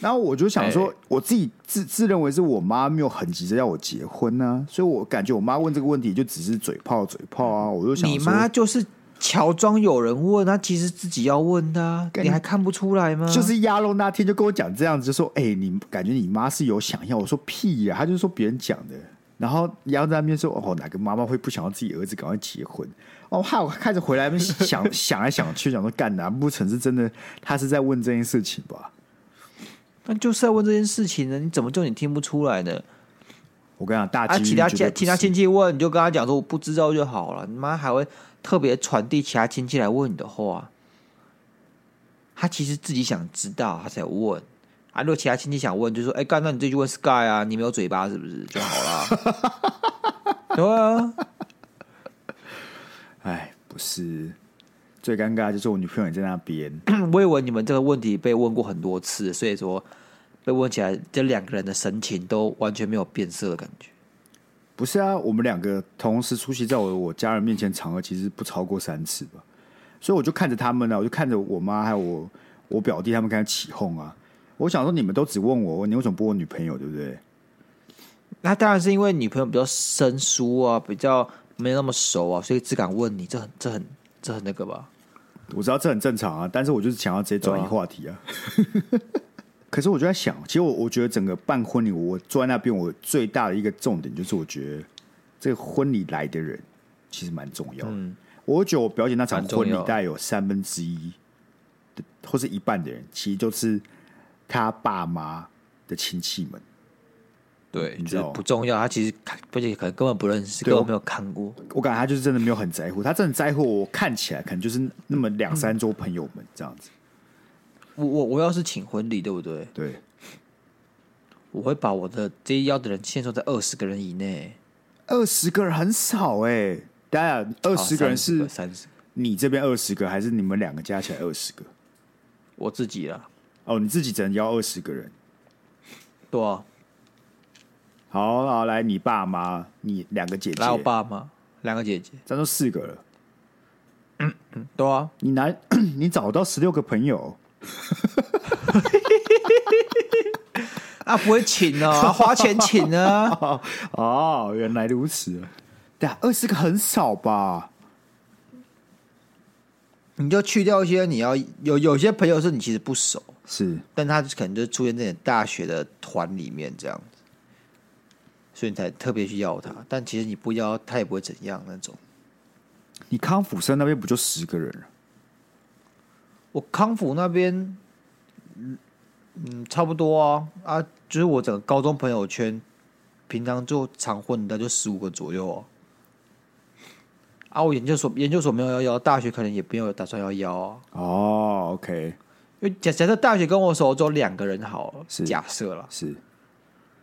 S2: 然后我就想说
S1: 哎，
S2: 我自己自自认为是我妈没有很急着要我结婚呢、所以我感觉我妈问这个问题就只是嘴炮嘴炮啊。我就” 想
S1: 你
S2: 说
S1: 妈就是乔装有人问，他其实自己要问的、啊，
S2: 干
S1: 你还看不出来吗？
S2: 就是鸭肉那天就跟我讲这样子，就说：“哎、你感觉你妈是有想要？”我说：“屁呀、他就说别人讲的。然后鸭肉在那边说：“哦，哪个妈妈会不想要自己儿子赶快结婚？”哦，害我开始回来那边想想来想去，想说干，难不成是真的？他是在问这件事情吧？
S1: 那就是在问这件事情呢，你怎么就你听不出来呢？
S2: 我跟你讲，大
S1: 啊，
S2: 几率
S1: 其他
S2: 绝对
S1: 家
S2: 不
S1: 其他
S2: 是
S1: 亲戚问，你就跟他讲说我不知道就好了。你妈还会特别传递其他亲戚来问你的话，他其实自己想知道，他才问。啊，如果其他亲戚想问，就说：“哎、干，那你这句问 Sky 啊，你没有嘴巴是不是？”就好啦。 对啊，
S2: 哎，不是，最尴尬就是我女朋友也在那边。
S1: 嗯我以为你们这个问题被问过很多次，所以说被问起来，这两个人的神情都完全没有变色的感觉。
S2: 不是啊，我们两个同时出席在我我家人面前场合，其实不超过三次吧。所以我就看着他们呢、啊我就看着我妈还有我我表弟他们开始起哄啊。我想说，你们都只问我，你为什么不问女朋友，对不对？
S1: 那当然是因为女朋友比较生疏啊，比较没有那么熟啊，所以只敢问你，这很这很这很那个吧？
S2: 我知道这很正常啊，但是我就是想要直接转移
S1: 对啊
S2: 话题啊。 可是我就在想，其实我我觉得整个办婚礼，我坐在那边，我最大的一个重点就是，我觉得这个婚礼来的人其实蛮重要的。
S1: 嗯
S2: 我会觉得我表姐那场
S1: 蛮重
S2: 婚礼
S1: 要
S2: 大概有三分之一的或是一半的人，其实就是他爸妈的亲戚们。
S1: 对，
S2: 你
S1: 就
S2: 知道
S1: 是嗯不重要。他其实看，而且可能根本不认识，
S2: 对
S1: 根
S2: 我
S1: 本没有看过。
S2: 我感觉他就是真的没有很在乎，他真的在乎我看起来可能就是那么两
S1: 嗯
S2: 三桌朋友们这样子。
S1: 我我我要是请婚礼，对不对？
S2: 对，
S1: 我会把我的这一邀的人限缩在二十个人以内，
S2: 二十个人很少哎、欸，当然二哦十个人是
S1: 啊三十、30
S2: 你这边二十个，还是你们两个加起来二十个？
S1: 我自己啦，
S2: 哦，你自己只能邀二十个人。
S1: 对啊，
S2: 好，好，来你爸妈，你两个姐姐，
S1: 来我，爸妈两个姐姐，
S2: 这样就四个了。
S1: 对啊，
S2: 你拿 你找到十六个朋友，
S1: 啊不会请啊，啊花钱请啊，
S2: 哦哦，原来如此。对啊，二十个很少吧？
S1: 你就去掉一些你要有有些朋友是你其实不熟，
S2: 是
S1: 但他可能就出现在你大学的团里面这样子，所以你才特别去要他。但其实你不要他也不会怎样那种。
S2: 你康复生那边不就十个人了？
S1: 我康复那边，嗯嗯，差不多啊啊，就是我整个高中朋友圈，平常就常混的就十五个左右啊。啊，我研究所研究所没有要邀，大学可能也没有打算要邀啊。
S2: 哦，OK，
S1: 因为假假设大学跟我熟只有两个人好了，
S2: 是
S1: 假设啦，
S2: 是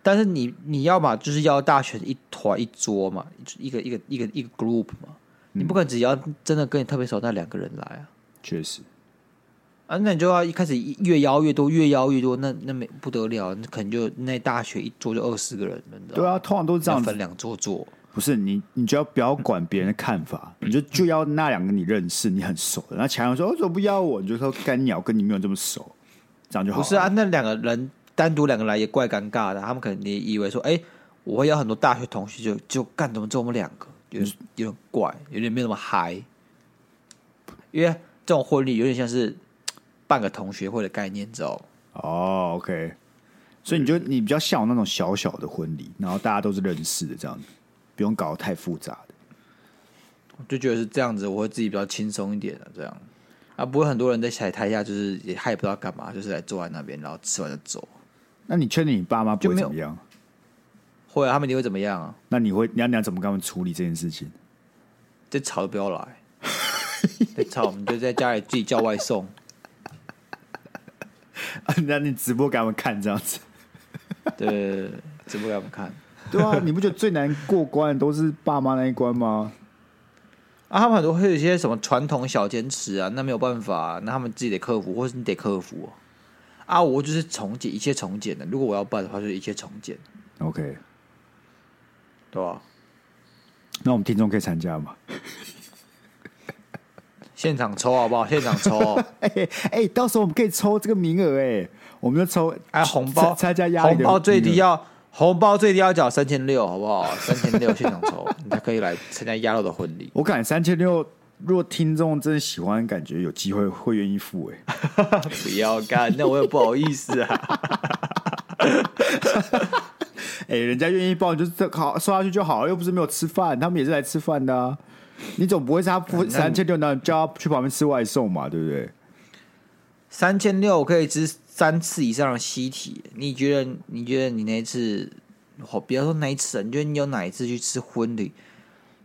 S1: 但是你你要嘛就是要大学一团一桌嘛，一个一个一个一个 group 嘛，
S2: 嗯
S1: 你不可能只要真的跟你特别熟那两个人来啊，
S2: 确实。
S1: 啊，那你就要一开始越邀越多，越邀越多，那那没不得了，那可能就那大学一桌就二十个人，你知道
S2: 对
S1: 吗？
S2: 啊，通常都是这
S1: 要
S2: 样子
S1: 分。两桌坐，
S2: 不是你，你就要不要管别人的看法，你就就要那两个你认识、你很熟的。那强强说：“哦，怎么不要我？”你就说：“干鸟跟你没有这么熟，这样就好。”
S1: 不是啊，，那两个人单独两个来也怪尴尬的，他们可能也以为说，哎、我会邀很多大学同学就，就干怎么只有我们两个，有点有点怪，有点没有那么嗨，因为这种婚礼有点像是办个同学会的概念，你知道吗？
S2: 哦，OK。所以你就你比较向往那种小小的婚礼，然后大家都是认识的这样子，不用搞得太复杂的。
S1: 我就觉得是这样子，我会自己比较轻松一点的、这样。啊，不会很多人在台台下，就是也他也不知道干嘛，就是来坐在那边，然后吃完就走。
S2: 那你确定你爸妈不
S1: 就
S2: 会
S1: 没
S2: 怎
S1: 有
S2: 么样？
S1: 会啊，他们一定会怎么样啊？
S2: 那你会你要你要怎么跟他们处理这件事情？
S1: 再吵都不要来，再吵我们就在家里自己叫外送。
S2: 那你直播给他们看这样子？
S1: 对对，对对直播给他们看。
S2: 对啊，你不觉得最难过关的都是爸妈那一关吗？
S1: 啊，他们很多会有一些什么传统小坚持啊，那没有办法啊、那他们自己得克服，或是你得克服啊、啊。我就是从简，一切从简的。如果我要办的话，就是一切从简，
S2: OK，
S1: 对吧、
S2: 那我们听众可以参加吗？
S1: 现场抽好不好？现场抽，
S2: 哎、哎、到时候我们可以抽这个名额哎、我们就抽
S1: 哎，红包
S2: 参参加压力
S1: 红
S2: 的
S1: 包最低
S2: 名额
S1: 要红包最低要缴 三千六，好不好？三千六现场抽，你才可以来参加鸭肉的婚礼。
S2: 我感觉三千六如果听众真的喜欢，感觉有机会会愿意付 哎、
S1: 不要干，那我也不好意思啊。
S2: 哎、人家愿意报，你就是好刷下去就好了，又不是没有吃饭，他们也是来吃饭的啊。你总不会是他付三千六，然后你叫他去旁边吃外送嘛，对不对？
S1: 三千六可以吃三次以上的西体，你觉得？你觉得你那一次，哦，不要说那一次啊，你觉得你有哪一次去吃婚礼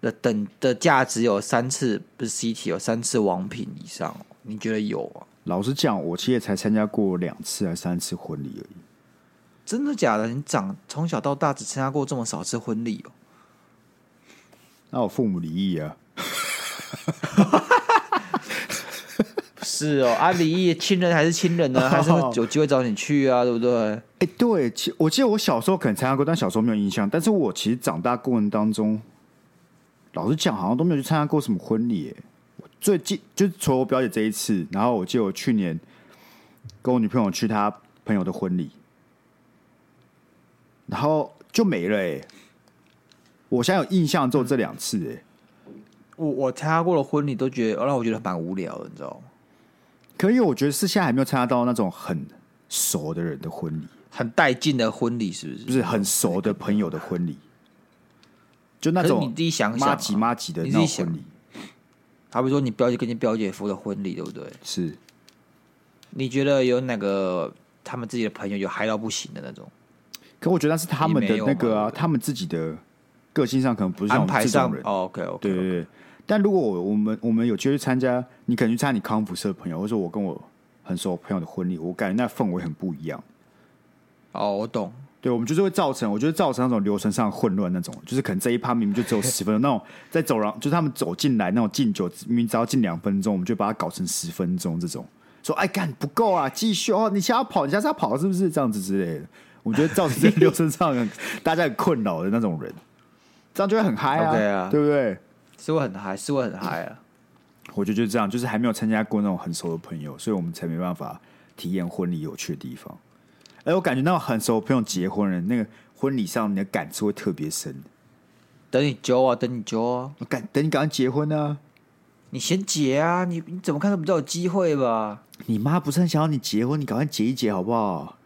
S1: 的等的价值有三次不是西体，有三次王品以上哦？你觉得有啊？
S2: 老实讲，我其实也才参加过两次还是三次婚礼而已。
S1: 真的假的？你长从小到大只参加过这么少次婚礼哦？
S2: 那我父母离异啊，
S1: 是哦，啊，离异亲人还是亲人 呢，还是会有机会找你去啊，对不对？
S2: 哎、对，其我记得我小时候可能参加过，但小时候没有印象。但是我其实长大过程当中，老实讲，好像都没有去参加过什么婚礼、欸。我最近就是除了我表姐这一次，然后我记得我去年跟我女朋友去她朋友的婚礼，然后就没了、欸。我现在有印象只有这两次、欸，
S1: 我我参加过的婚礼都觉得哦让我觉得蛮无聊的，你知道吗？
S2: 可因为我觉得是现在还没有参加到那种很熟的人的婚礼，
S1: 很带劲的婚礼是不是？
S2: 就是很熟的朋友的婚礼，就那
S1: 可是
S2: 种
S1: 你自己想想、
S2: 妈
S1: 啊，
S2: 吉妈吉的
S1: 你
S2: 那
S1: 自己
S2: 种
S1: 想
S2: 婚礼
S1: 好比说你表姐跟你表姐夫的婚礼，对不对？
S2: 是。
S1: 你觉得有哪个他们自己的朋友有嗨到不行的那种？
S2: 可我觉得那是他们的那
S1: 也没有
S2: 个
S1: 嘛对
S2: 啊，
S1: 不对
S2: 他们自己的个性上可能不是像
S1: 安
S2: 我们
S1: 排
S2: 这
S1: 上哦
S2: 种人。
S1: ，OK OK，
S2: 对对对。但如果我我们我们有机会去参加，你可能去参加你康复社的朋友，或者说我跟我很熟的朋友的婚礼，我感觉那氛围很不一样。
S1: 哦，我懂。
S2: 对，我们就是会造成，我觉得造成那种流程上的混乱那种，就是可能这一趴明明就只有十分钟，那种在走廊就是他们走进来那种敬酒，明明只要敬两分钟，我们就把它搞成十分钟这种，说哎干不够啊，继续哦，你现在要跑，你现在要跑是不是这样子之类的？我觉得造成这流程上很 大家很困扰的那种人，这样就会很嗨啊
S1: OK 啊
S2: 对不对？
S1: 是会很嗨，是会很嗨啊！
S2: 我觉得就是这样，就是还没有参加过那种很熟的朋友，所以我们才没办法体验婚礼有趣的地方。哎，我感觉那种很熟的朋友结婚了，那个婚礼上你的感触会特别深。
S1: 等你揪啊，等你揪啊，
S2: 我赶等你赶快结婚啊！
S1: 你先结啊！你你怎么看都比较有机会吧？
S2: 你妈不是很想要你结婚，你赶快结一结好不好？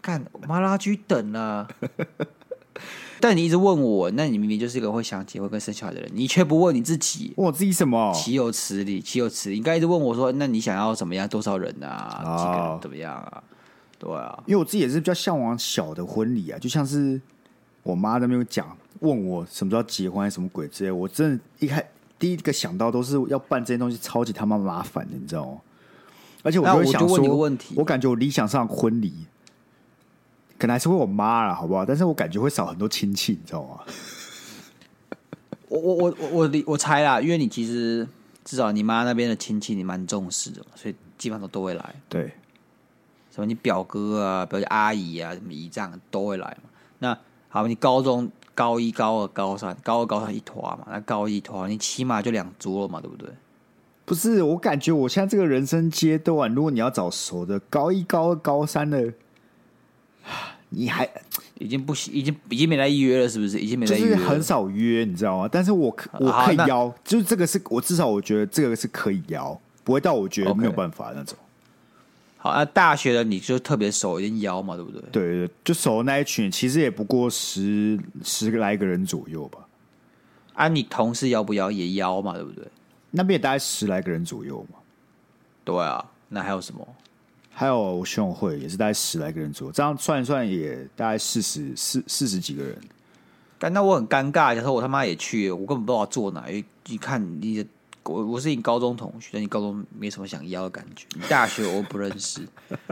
S1: 看，我妈拉去等 啊！但你一直问我，那你明明就是一个会想结婚跟生小孩的人，你却不问你自己，
S2: 问我自己什么？
S1: 岂有此理！岂有此理！你刚才一直问我说，那你想要怎么样？多少人啊？几个
S2: 哦
S1: 人？怎么样啊？对啊，
S2: 因为我自己也是比较向往小的婚礼啊，就像是我妈在那边讲，问我什么时候结婚还是什么鬼之类，我真的一开第一个想到都是要办这些东西，超级他妈麻烦的，你知道吗？而且我
S1: 那
S2: 就会
S1: 我
S2: 想
S1: 就
S2: 说，
S1: 问你个问题
S2: 我感觉我理想上的婚礼，可能还是会我妈啦，好不好？但是我感觉会少很多亲戚，你知道吗？
S1: 我我我我我理我猜啦，因为你其实至少你妈那边的亲戚你蛮重视的，所以基本上都都会来，
S2: 对，
S1: 什么你表哥啊、表姐阿姨啊、什么姨丈都会来嘛。那好，你高中高一、高二、高三、高二、高三一拖嘛，那高一拖你起码就两桌了嘛，对不对？
S2: 不是，我感觉我现在这个人生阶段，如果你要找熟的，高一、高二、高三的，你还
S1: 已经不行，已经已经没来约了，是不是？已经没
S2: 就
S1: 来约
S2: 是
S1: 了，
S2: 很少约，你知道吗？但是我可我
S1: 好
S2: 可以
S1: 那
S2: 邀，就是这个是我至少我觉得这个是可以邀，不会到我觉得
S1: OK
S2: 没有办法那种。
S1: 好。那大学的你就特别熟，已经邀嘛，对不对？
S2: 对对对，就熟的那一群，其实也不过十十个来个人左右吧，
S1: 啊，你同事邀不邀也邀嘛，对不对？
S2: 那边也大概十来个人左右嘛。
S1: 对啊，那还有什么？
S2: 还有我兄会也是大概十来个人左右，这样算一算也大概四十四四十几个人。
S1: 干，那我很尴尬。假设我他妈也去，我根本不知道坐哪。因为你看你的，我我是你高中同学，但你高中没什么想要的感觉。你大学我不认识，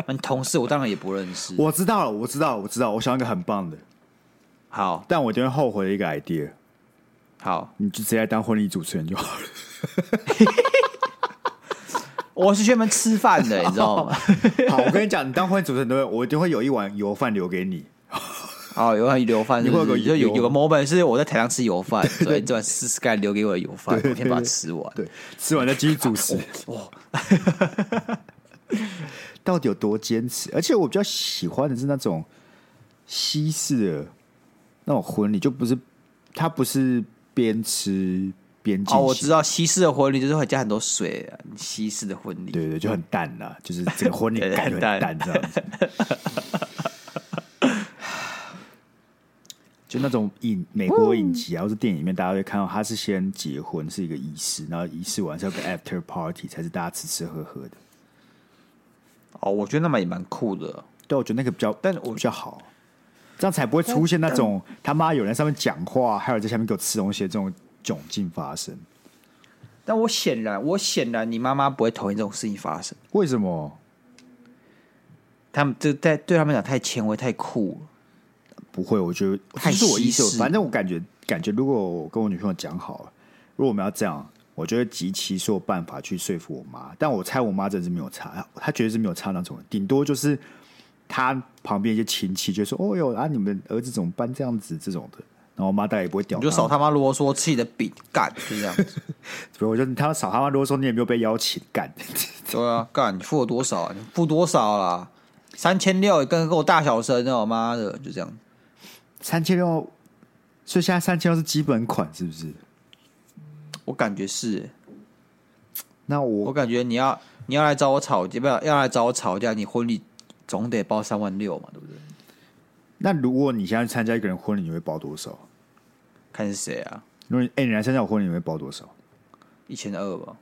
S1: 那你同事我当然也不认识。
S2: 我知道了，我知道了，我知道了，我想到一个很棒的，
S1: 好
S2: 但我一定会后悔的一个 idea，
S1: 好，
S2: 你就直接来当婚礼主持人就好了。
S1: 我是去那边吃饭的，你知道吗？
S2: 好，我跟你讲，你当婚礼主持人都会，我一定会有一碗油饭留给你。
S1: 好，有碗油饭是
S2: 你
S1: 不
S2: 会有
S1: 是，
S2: 个
S1: 就有
S2: 油
S1: 有个 moment 是我在台上吃油饭，所以这碗试试看留给我的油饭，我先把它吃完。
S2: 对，吃完再继续主 持。
S1: 哇，
S2: 哦 到底有多坚持？而且我比较喜欢的是那种西式的那种婚礼，就不是它不是边吃边进
S1: 哦，
S2: 行。
S1: 我知道西式的婚礼就是会加很多水、啊，西式的婚礼。
S2: 对对，就很淡啦，就是这个婚 礼
S1: 对
S2: 感嗯觉很
S1: 很淡
S2: 淡这样 子，就那种影美国影集啊，或者电影里面，大家会看到他是先结婚是一个仪式，然后仪式完是有个 after party，才是大家吃吃喝喝的。
S1: 哦，我觉得那么也蛮酷的。
S2: 对，我觉得那个比较，但我比较好，这样才不会出现那种他妈有人在上面讲话，还有人在下面给我吃东西的这种窘境发生。
S1: 但我显然，我显然你妈妈不会同意这种事情发生。
S2: 为什么？
S1: 他们这在对他们讲太前卫、太酷了。
S2: 不会，我觉得
S1: 太
S2: 这是我意
S1: 西
S2: 思。
S1: 式
S2: 反正我感觉，感觉如果我跟我女朋友讲好了，如果我们要这样，我就会极其所有办法去说服我妈。但我猜我妈真的是没有差，她她绝对是没有差那种人，顶多就是她旁边一些亲戚就说：“哦哟啊，你们儿子怎么办这样子？”这种的。然后我妈大概也不会屌
S1: 你
S2: 她，
S1: 就少他妈啰嗦，吃你的饼，干就这样子。
S2: 所以我就她少他妈啰嗦，你也没有被邀请干。
S1: 对啊，干你付我多少、啊？你付多少啦？三千六，你跟跟我大小声哦，妈的，就这样。
S2: 三千六，所以现在三千六是基本款，是不是？
S1: 我感觉是欸、
S2: 那我
S1: 我感觉你要你要来找我吵架，不要要来找我吵架，你婚礼总得包三万六嘛，对不对？
S2: 那如果你现在参加一个人婚礼，你会包多少？
S1: 看是谁啊，
S2: 如果你哎、你来参加我婚礼，你会包多少？
S1: 一千二吧。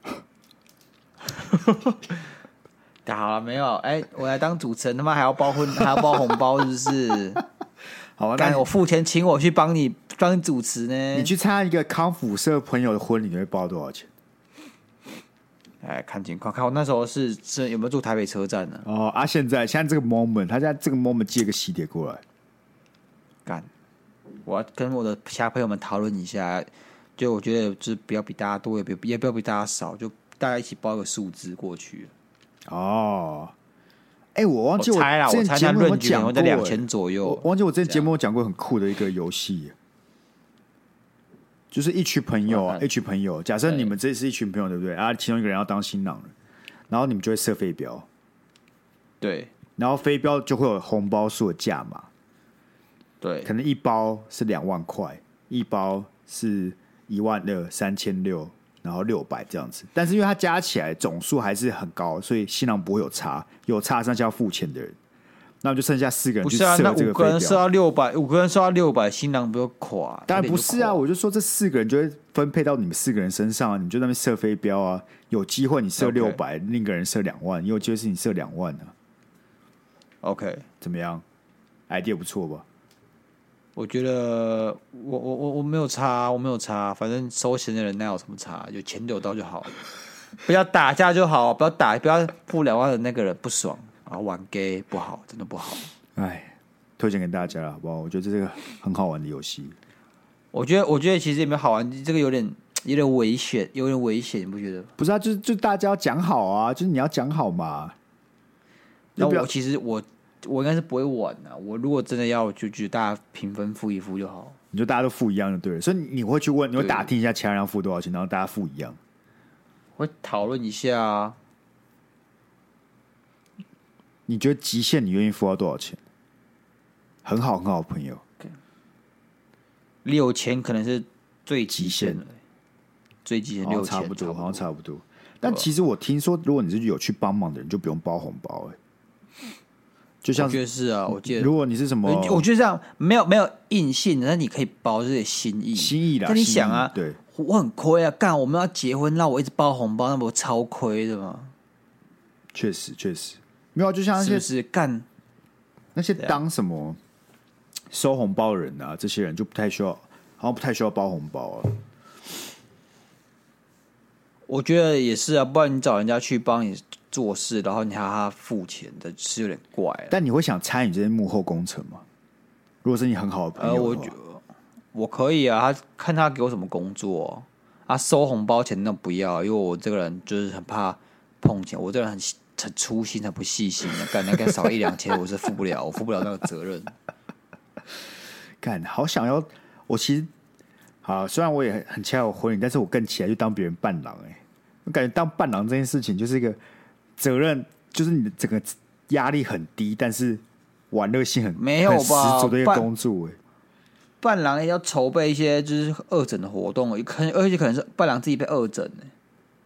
S1: 好了，没有，哎、我来当主持人，他妈还要包婚，还要包红包，是不是？
S2: 好吧，那
S1: 干，
S2: 你
S1: 我哦付钱请我去帮你帮你主持呢
S2: 你？去参加一个康复社朋友的婚礼，你会包多少钱？
S1: 哎，看情况，看我那时候是是有没有住台北车站呢、
S2: 哦啊，现在现在这个 moment，他现在这个 moment 借个喜帖过来，
S1: 干，我要跟我的其他朋友们讨论一下，就我觉得就是不要比大家多，也不也不要比大家少，就大家一起包一个数字过去。
S2: 哦，哎、我忘记
S1: 我猜啦，
S2: 之
S1: 我
S2: 前
S1: 猜
S2: 节
S1: 他
S2: 目有没有
S1: 论据可
S2: 讲
S1: 能
S2: 过、欸
S1: 会在两千左右
S2: 我。忘记我之前
S1: 这样
S2: 节目有讲过很酷的一个游戏，就是一群朋友
S1: 我
S2: 啊，
S1: 看
S2: 一群朋友，假设
S1: 对
S2: 你们这是一群朋友，对不对？啊，其中一个人要当新郎了，然后你们就会设飞镖，
S1: 对
S2: 然后飞镖就会有红包数的价码，
S1: 对
S2: 可能一包是两万块，一包是一万二、三千六，然后六百这样子。但是因为它加起来总数还是很高，所以新郎不会有差，有差剩下要付钱的人。那我们就剩下四个人
S1: 不
S2: 去
S1: 是啊
S2: 设，
S1: 那
S2: 这
S1: 五
S2: 飞
S1: 个人
S2: 镖
S1: 收。到六百，五个人收到六百，新郎不就垮？
S2: 当
S1: 他
S2: 然
S1: 脸
S2: 不
S1: 就是
S2: 啊，
S1: 垮
S2: 我就说这四个人就会分配到你们四个人身上啊，你们就在那边射飞镖啊，有机会你射
S1: OK
S2: 六百，另一个人射两万，也有机会是你射两万啊，
S1: OK。
S2: 怎么样？idea 不错吧？
S1: 我觉得我我我我没有差，啊我没有差，反正收钱的人那有什么差？啊有钱有到就 好了，不要打架就好，啊不要打，不要付两万的那个人不爽啊，玩 gay 不好，真的不好。
S2: 哎，推荐给大家了，好不好？我觉得这是个很好玩的游戏。
S1: 我觉得我觉得其实也没有好玩，这个有点有点危险，有点危险，你不觉得吗？
S2: 不是啊，就是就大家要讲好啊，就是你要讲好嘛。
S1: 那
S2: 要不要
S1: 我其实我我应该是不会玩的、我如果真的要，就就大家平分付一付就好。
S2: 你就大家都付一样就对了，所以你会去问，你会
S1: 对
S2: 打听一下其他人要付多少钱，然后大家付一样。
S1: 会讨论一下啊，
S2: 你觉得极限你愿意付到多少钱？很好，很好的朋友，
S1: 六千可能是最极限
S2: 极
S1: 了，最极限
S2: 好
S1: 六
S2: 像
S1: 千，
S2: 差不多，好像差不多。但其实我听说，如果你是有去帮忙的人，就不用包红包、哎，
S1: 我
S2: 就像嗯
S1: 觉得是啊，我记得
S2: 如果你是什么
S1: 我我觉得这样没有没有硬性，但你可以包这些心意。
S2: 心意啦，
S1: 但你
S2: 心意
S1: 想啊
S2: 对，
S1: 我很亏啊，干我们要结婚，让我一直包红包，那不超亏的吗？
S2: 确实确实没有啊，就像那
S1: 是
S2: 些
S1: 不是？干
S2: 那些
S1: 啊
S2: 当什么收红包的人啊，这些人就不太需要，好像不太需要包红包啊。
S1: 我觉得也是啊，不然你找人家去帮你做事，然后你还要他付钱的，是有点怪啊了。
S2: 但你会想参与这些幕后工程吗？如果是你很好的朋
S1: 呃，
S2: 友
S1: 我
S2: 的话
S1: 觉我可以啊，他看他给我什么工作啊，收红包钱那不要，因为我这个人就是很怕碰钱，我这个人很细很粗心，很不细心的，干那干少一两千我 是负不了，我负不了那个责任。
S2: 干好想要，我其实好，虽然我也很很期待我婚礼，但是我更期待去当别人伴郎、欸。哎，我感觉当伴郎这件事情就是一个责任，就是你的整个压力很低，但是玩乐性很
S1: 没有
S2: 很十
S1: 吧
S2: 足的一个
S1: 伴
S2: 工作、欸。
S1: 伴郎也要筹备一些就是二诊的活动，可而且可能是伴郎自己被二诊呢、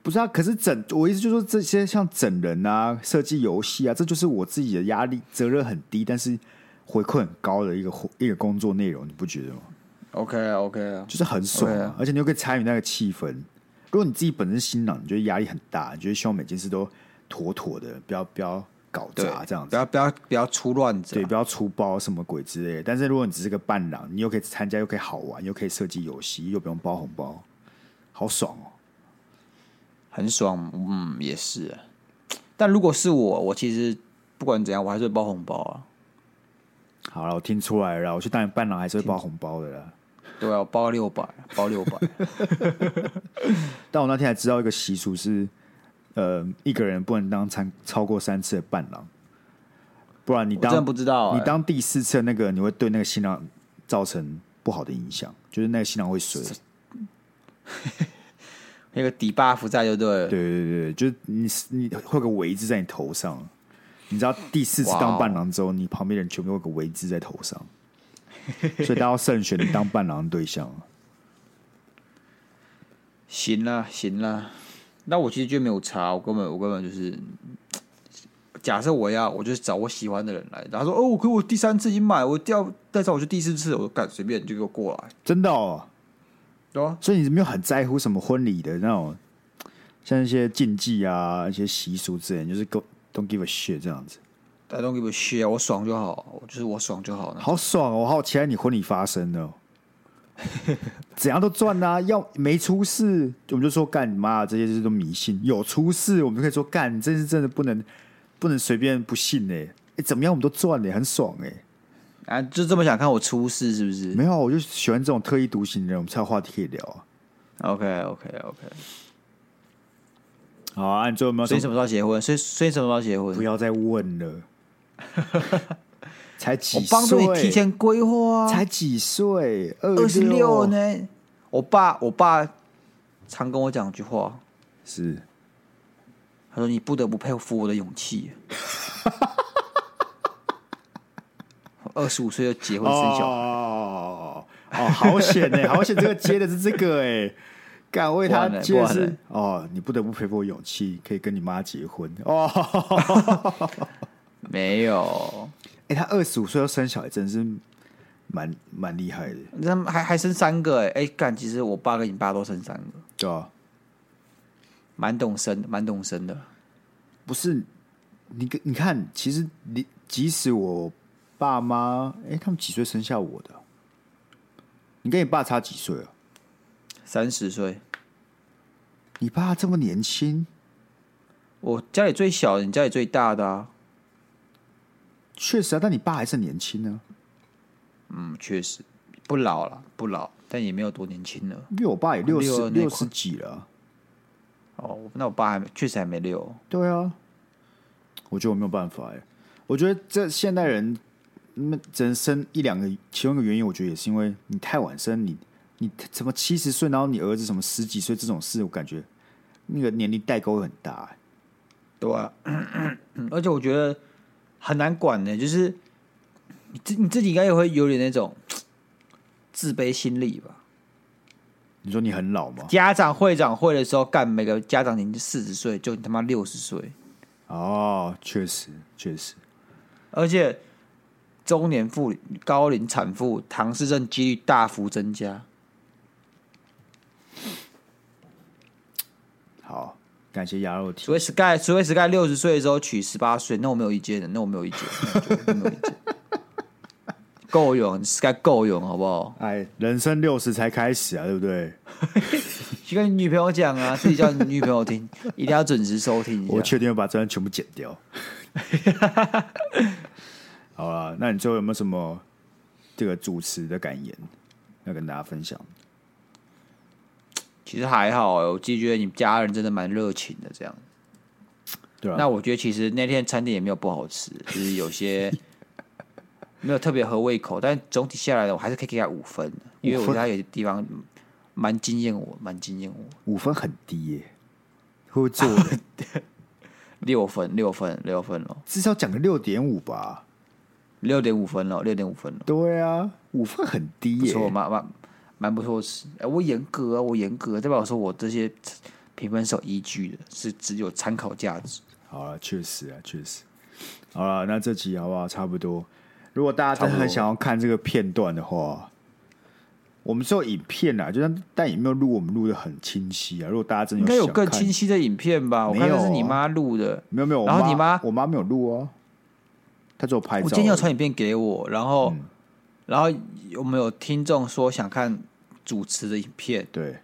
S2: 不是啊，可是整我意思就是说，这些像整人啊、设计游戏啊，这就是我自己的压力，责任很低，但是回馈很高的一个活一个工作内容，你不觉得吗？
S1: OK 啊 OK 啊，
S2: 就是很爽、
S1: 对
S2: 啊
S1: 啊
S2: 而且你又可以参与那个气氛。如果你自己本身新郎，你觉得压力很大，你觉得希望每件事都妥妥的，不要不要搞
S1: 对啊
S2: 砸这样
S1: 不
S2: 子，
S1: 要不要不要出乱子啊。
S2: 对，不要出包什么鬼之类的。但是如果你只是个伴郎，你又可以参加，又可以好玩，又可以设计游戏，又不用包红包，好爽哦！
S1: 很爽，嗯，也是啊。但如果是我，我其实不管怎样，我还是会包红包啊。
S2: 好了，我听出来了，我去当你伴郎还是会包红包的啦。
S1: 对啊，我包六百，包六百。
S2: 但我那天还知道一个习俗是，呃，一个人不能当参超过三次的伴郎，不然你
S1: 我真的
S2: 当
S1: 不知道、欸，
S2: 你当第四次的那个，你会对那个新郎造成不好的影响，就是那个新郎会衰。
S1: 那个底 buff 在就对了。
S2: 对对对对，就是你你会有个围子在你头上，你知道第四次
S1: 哇
S2: 当
S1: 哦
S2: 伴郎之后，你旁边人全部有个围子在头上，所以大家要慎选你当伴郎的对象。
S1: 行啦，行啦。那我其实就没有查，我根本我根本就是，假设我要，我就是找我喜欢的人来。然后说，哦，可我第三次已经买，我掉，带上我去第四次，我就敢随便你就给我过来，
S2: 真的哦，
S1: 对啊，
S2: 所以你没有很在乎什么婚礼的那种，像一些禁忌啊、一些习俗之类，你就是 go don't give a shit 这样子，
S1: I don't give a shit，我爽就好，我就是我爽就好了。
S2: 好爽哦！我好期待你婚礼发生哦， 怎样都赚啊！要没出事，我们就说干你妈，这些事都迷信；有出事，我们就可以说干，你这是真的不能不能随便不信哎、欸怎么样我们都赚嘞、很爽哎、
S1: 啊，就这么想看我出事是不是
S2: 没有啊，我就喜欢这种特立独行的人，我们才有话题可以聊啊。
S1: ？OK OK OK。
S2: 好啊，你最后有没有什
S1: 所以
S2: 么
S1: 你什么时候结婚？所以所以你什么时候结婚？
S2: 不要再问 了，才几
S1: 我
S2: 岁？
S1: 帮助你提前规划啊，
S2: 才几岁？
S1: 二
S2: 二
S1: 十六？呢。我爸我爸常跟我讲一句话，
S2: 是
S1: 他说你不得不佩服我的勇气。 二十五岁就结婚生小孩，
S2: 哦哦，好 险呢、好险！这个接的是这个哎、敢为他
S1: 不然呢
S2: 接的
S1: 不然
S2: 是
S1: 呢
S2: 哦，你不得不佩服我勇气，可以跟你妈结婚哦。
S1: 没有，
S2: 哎、他二十五岁要生小孩，真是蛮蛮厉害的，
S1: 他们还还生三个哎、哎干，其实我爸跟你爸都生三个，
S2: 对吧、
S1: 蛮懂生，蛮懂生的。
S2: 不是你跟，你看，其实你即使我爸妈，哎、他们几岁生下我的啊？你跟你爸差几岁啊？
S1: 三十岁，
S2: 你爸这么年轻，
S1: 我家里最小的，你家里最大的啊。
S2: 确实啊，但你爸还是很年轻呢、啊，
S1: 嗯，确实不老了，不老，但也没有多年轻了。
S2: 因为我爸也六
S1: 哦六
S2: 十
S1: 二那
S2: 六
S1: 一
S2: 十
S1: 块
S2: 几了啊。
S1: 哦，那我爸还没确实还没六。
S2: 对啊，我觉得我没有办法哎、我觉得这现代人，那只能生一两个，其中一个原因，我觉得也是因为你太晚生，你你什么七十岁，然后你儿子什么十几岁这种事，我感觉那个年龄代沟会很大、欸。
S1: 对啊， 而且我觉得很难管的，就是你自你自己应该也会有点那种自卑心理吧。
S2: 你说你很老吗？
S1: 家长会长会的时候，干每个家长年纪四十岁，就你他妈六十岁，
S2: 哦，确实确实，
S1: 而且中年妇女、高龄产妇、唐氏症几率大幅增加。
S2: 好，感谢鸭肉体
S1: 除。非 Sky，除非 Sky 六十岁的时候娶十八岁，那我没有意见的，那我没有意见，那我没有意见。 够勇，Sky 够勇，好不好？
S2: 哎，人生六十才开始啊，对不对？
S1: 去跟你女朋友讲啊，自己叫你女朋友 听，一定要准时收听一
S2: 我
S1: 下。
S2: 确定要把这段全部剪掉。 好啦，那你最后有没有什么这个主持的感言要跟大家分享？
S1: 其实还好、欸，我自己觉得你家人真的蛮热情的，这样。
S2: 对啊，
S1: 那我觉得其实那天餐点也没有不好吃，就是有 些没有特别合胃口，但总体下来呢，我还是可以给他五分的，因为我
S2: 五
S1: 觉得
S2: 分
S1: 他有些地方蛮惊艳我，蛮惊艳我。
S2: 五分很低耶、会不 会做
S1: 六分，六分，六分哦。
S2: 至少讲个六点五吧？
S1: 六点五分了，六点五分了，
S2: 对啊，五分很低
S1: 不
S2: 耶、
S1: 错，蛮蛮蛮不错是。哎、我严格啊，我严格，代表说我这些评分是有依据的，是只有参考价值。
S2: 好了，确实啊，确实。好了，那这集好不好？差不多。如果大家真的
S1: 差不
S2: 很
S1: 多
S2: 想要看这个片段的话，我们是有影片啦，就但但也没有录，我们录的很清晰啊。如果大家真的
S1: 应该有
S2: 有想
S1: 更
S2: 看
S1: 清，晰的影片吧？我
S2: 没
S1: 看
S2: 有
S1: 的是你
S2: 啊
S1: 妈录的，
S2: 没有没有，我
S1: 然后你妈
S2: 我妈没有录哦，她只有拍照而已。啊
S1: 我今天有传影片给我，然后、
S2: 嗯
S1: 然后有没有听众说想看主持的影片？
S2: 对，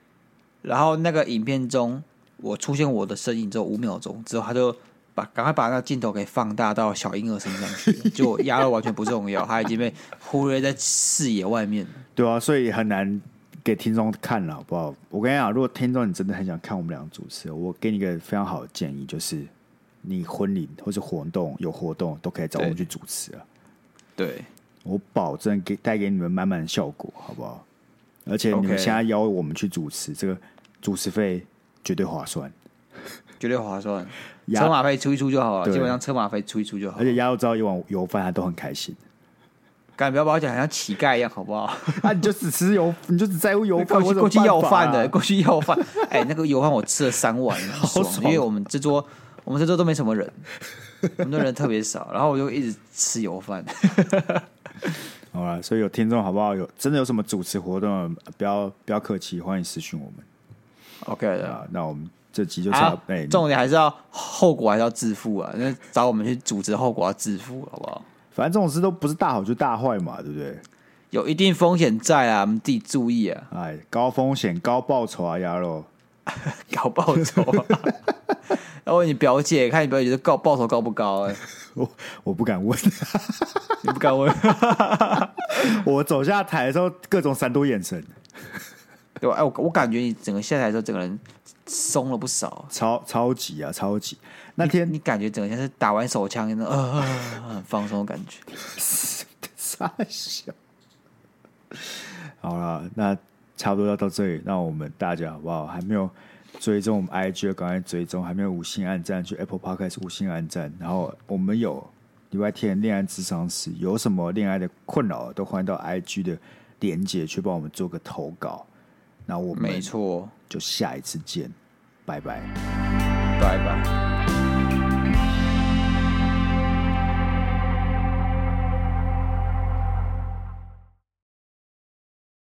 S1: 然后那个影片中我出现我的身影只有五秒钟，之后他就把赶快把那个镜头给放大到小婴儿身上去了，就我鸭肉完全不重要，他已经被忽略在视野外面了。
S2: 对啊，所以很难给听众看了，好不好？我跟你讲，如果听众你真的很想看我们两个主持，我给你一个非常好的建议，就是你婚礼或是活动有活动都可以找我们去主持啊，
S1: 对，
S2: 我保证给带给你们满满的效果，好不好？而且你们
S1: OK
S2: 现在邀我们去主持，这个主持费绝对划算。
S1: 绝对划算，
S2: 鸭
S1: 车马费出一出就好了，
S2: 对
S1: 基本上车马费出一出就好
S2: 而。且鸭肉知道一碗油饭，他都很开心。
S1: 干不要把我讲得像乞丐一样，好不好？
S2: 啊，你就只吃油，你就只在乎油
S1: 过
S2: 饭，
S1: 去
S2: 我有
S1: 过去
S2: 办
S1: 要
S2: 法
S1: 饭
S2: 啊
S1: 的，过去要饭。 哎、那个油饭我吃了三 碗，很爽，
S2: 爽
S1: 因为我们这桌我们这桌都没什么人，我们的人特别 少，然后我就一直吃油饭。
S2: 好了，所以有听众好不好？有真的有什么主持活动，呃不要不要客气，欢迎私讯我们
S1: OK 的。
S2: 啊。那我们这集就差
S1: 啊
S2: 不多，哎、，
S1: 重点还是要后果还是要自负啊！那找我们去组织后果要自负，好不好？
S2: 反正这种事都不是大好就大坏嘛，对不对？
S1: 有一定风险在啊，我们自己注意啊，
S2: 哎，高风险高报酬啊，鸭肉。
S1: 搞报 酬啊！然后你表姐看你表姐这告报酬高不高、哎，
S2: 我我不敢问，
S1: 你不敢问，
S2: 我走下台的时候各种闪躲眼神，
S1: 对吧？哎，我我感觉你整个下台之后，整个人松了不少。
S2: 超超级啊，超级。那天
S1: 你感觉整个像是打完手枪，那种呃呃呃很放松的感觉。
S2: 傻笑。好了，那差不多要到这里，那我们大家好不好？还没有追踪我们 IG 的，赶快追踪；还没有五星按赞，去 Apple Podcast 五星按赞。然后我们有礼拜天恋爱智商室，有什么恋爱的困扰，都欢迎到 IG 的连接去帮我们做个投稿。那我们
S1: 没错，
S2: 就下一次见，拜拜。
S1: 拜拜。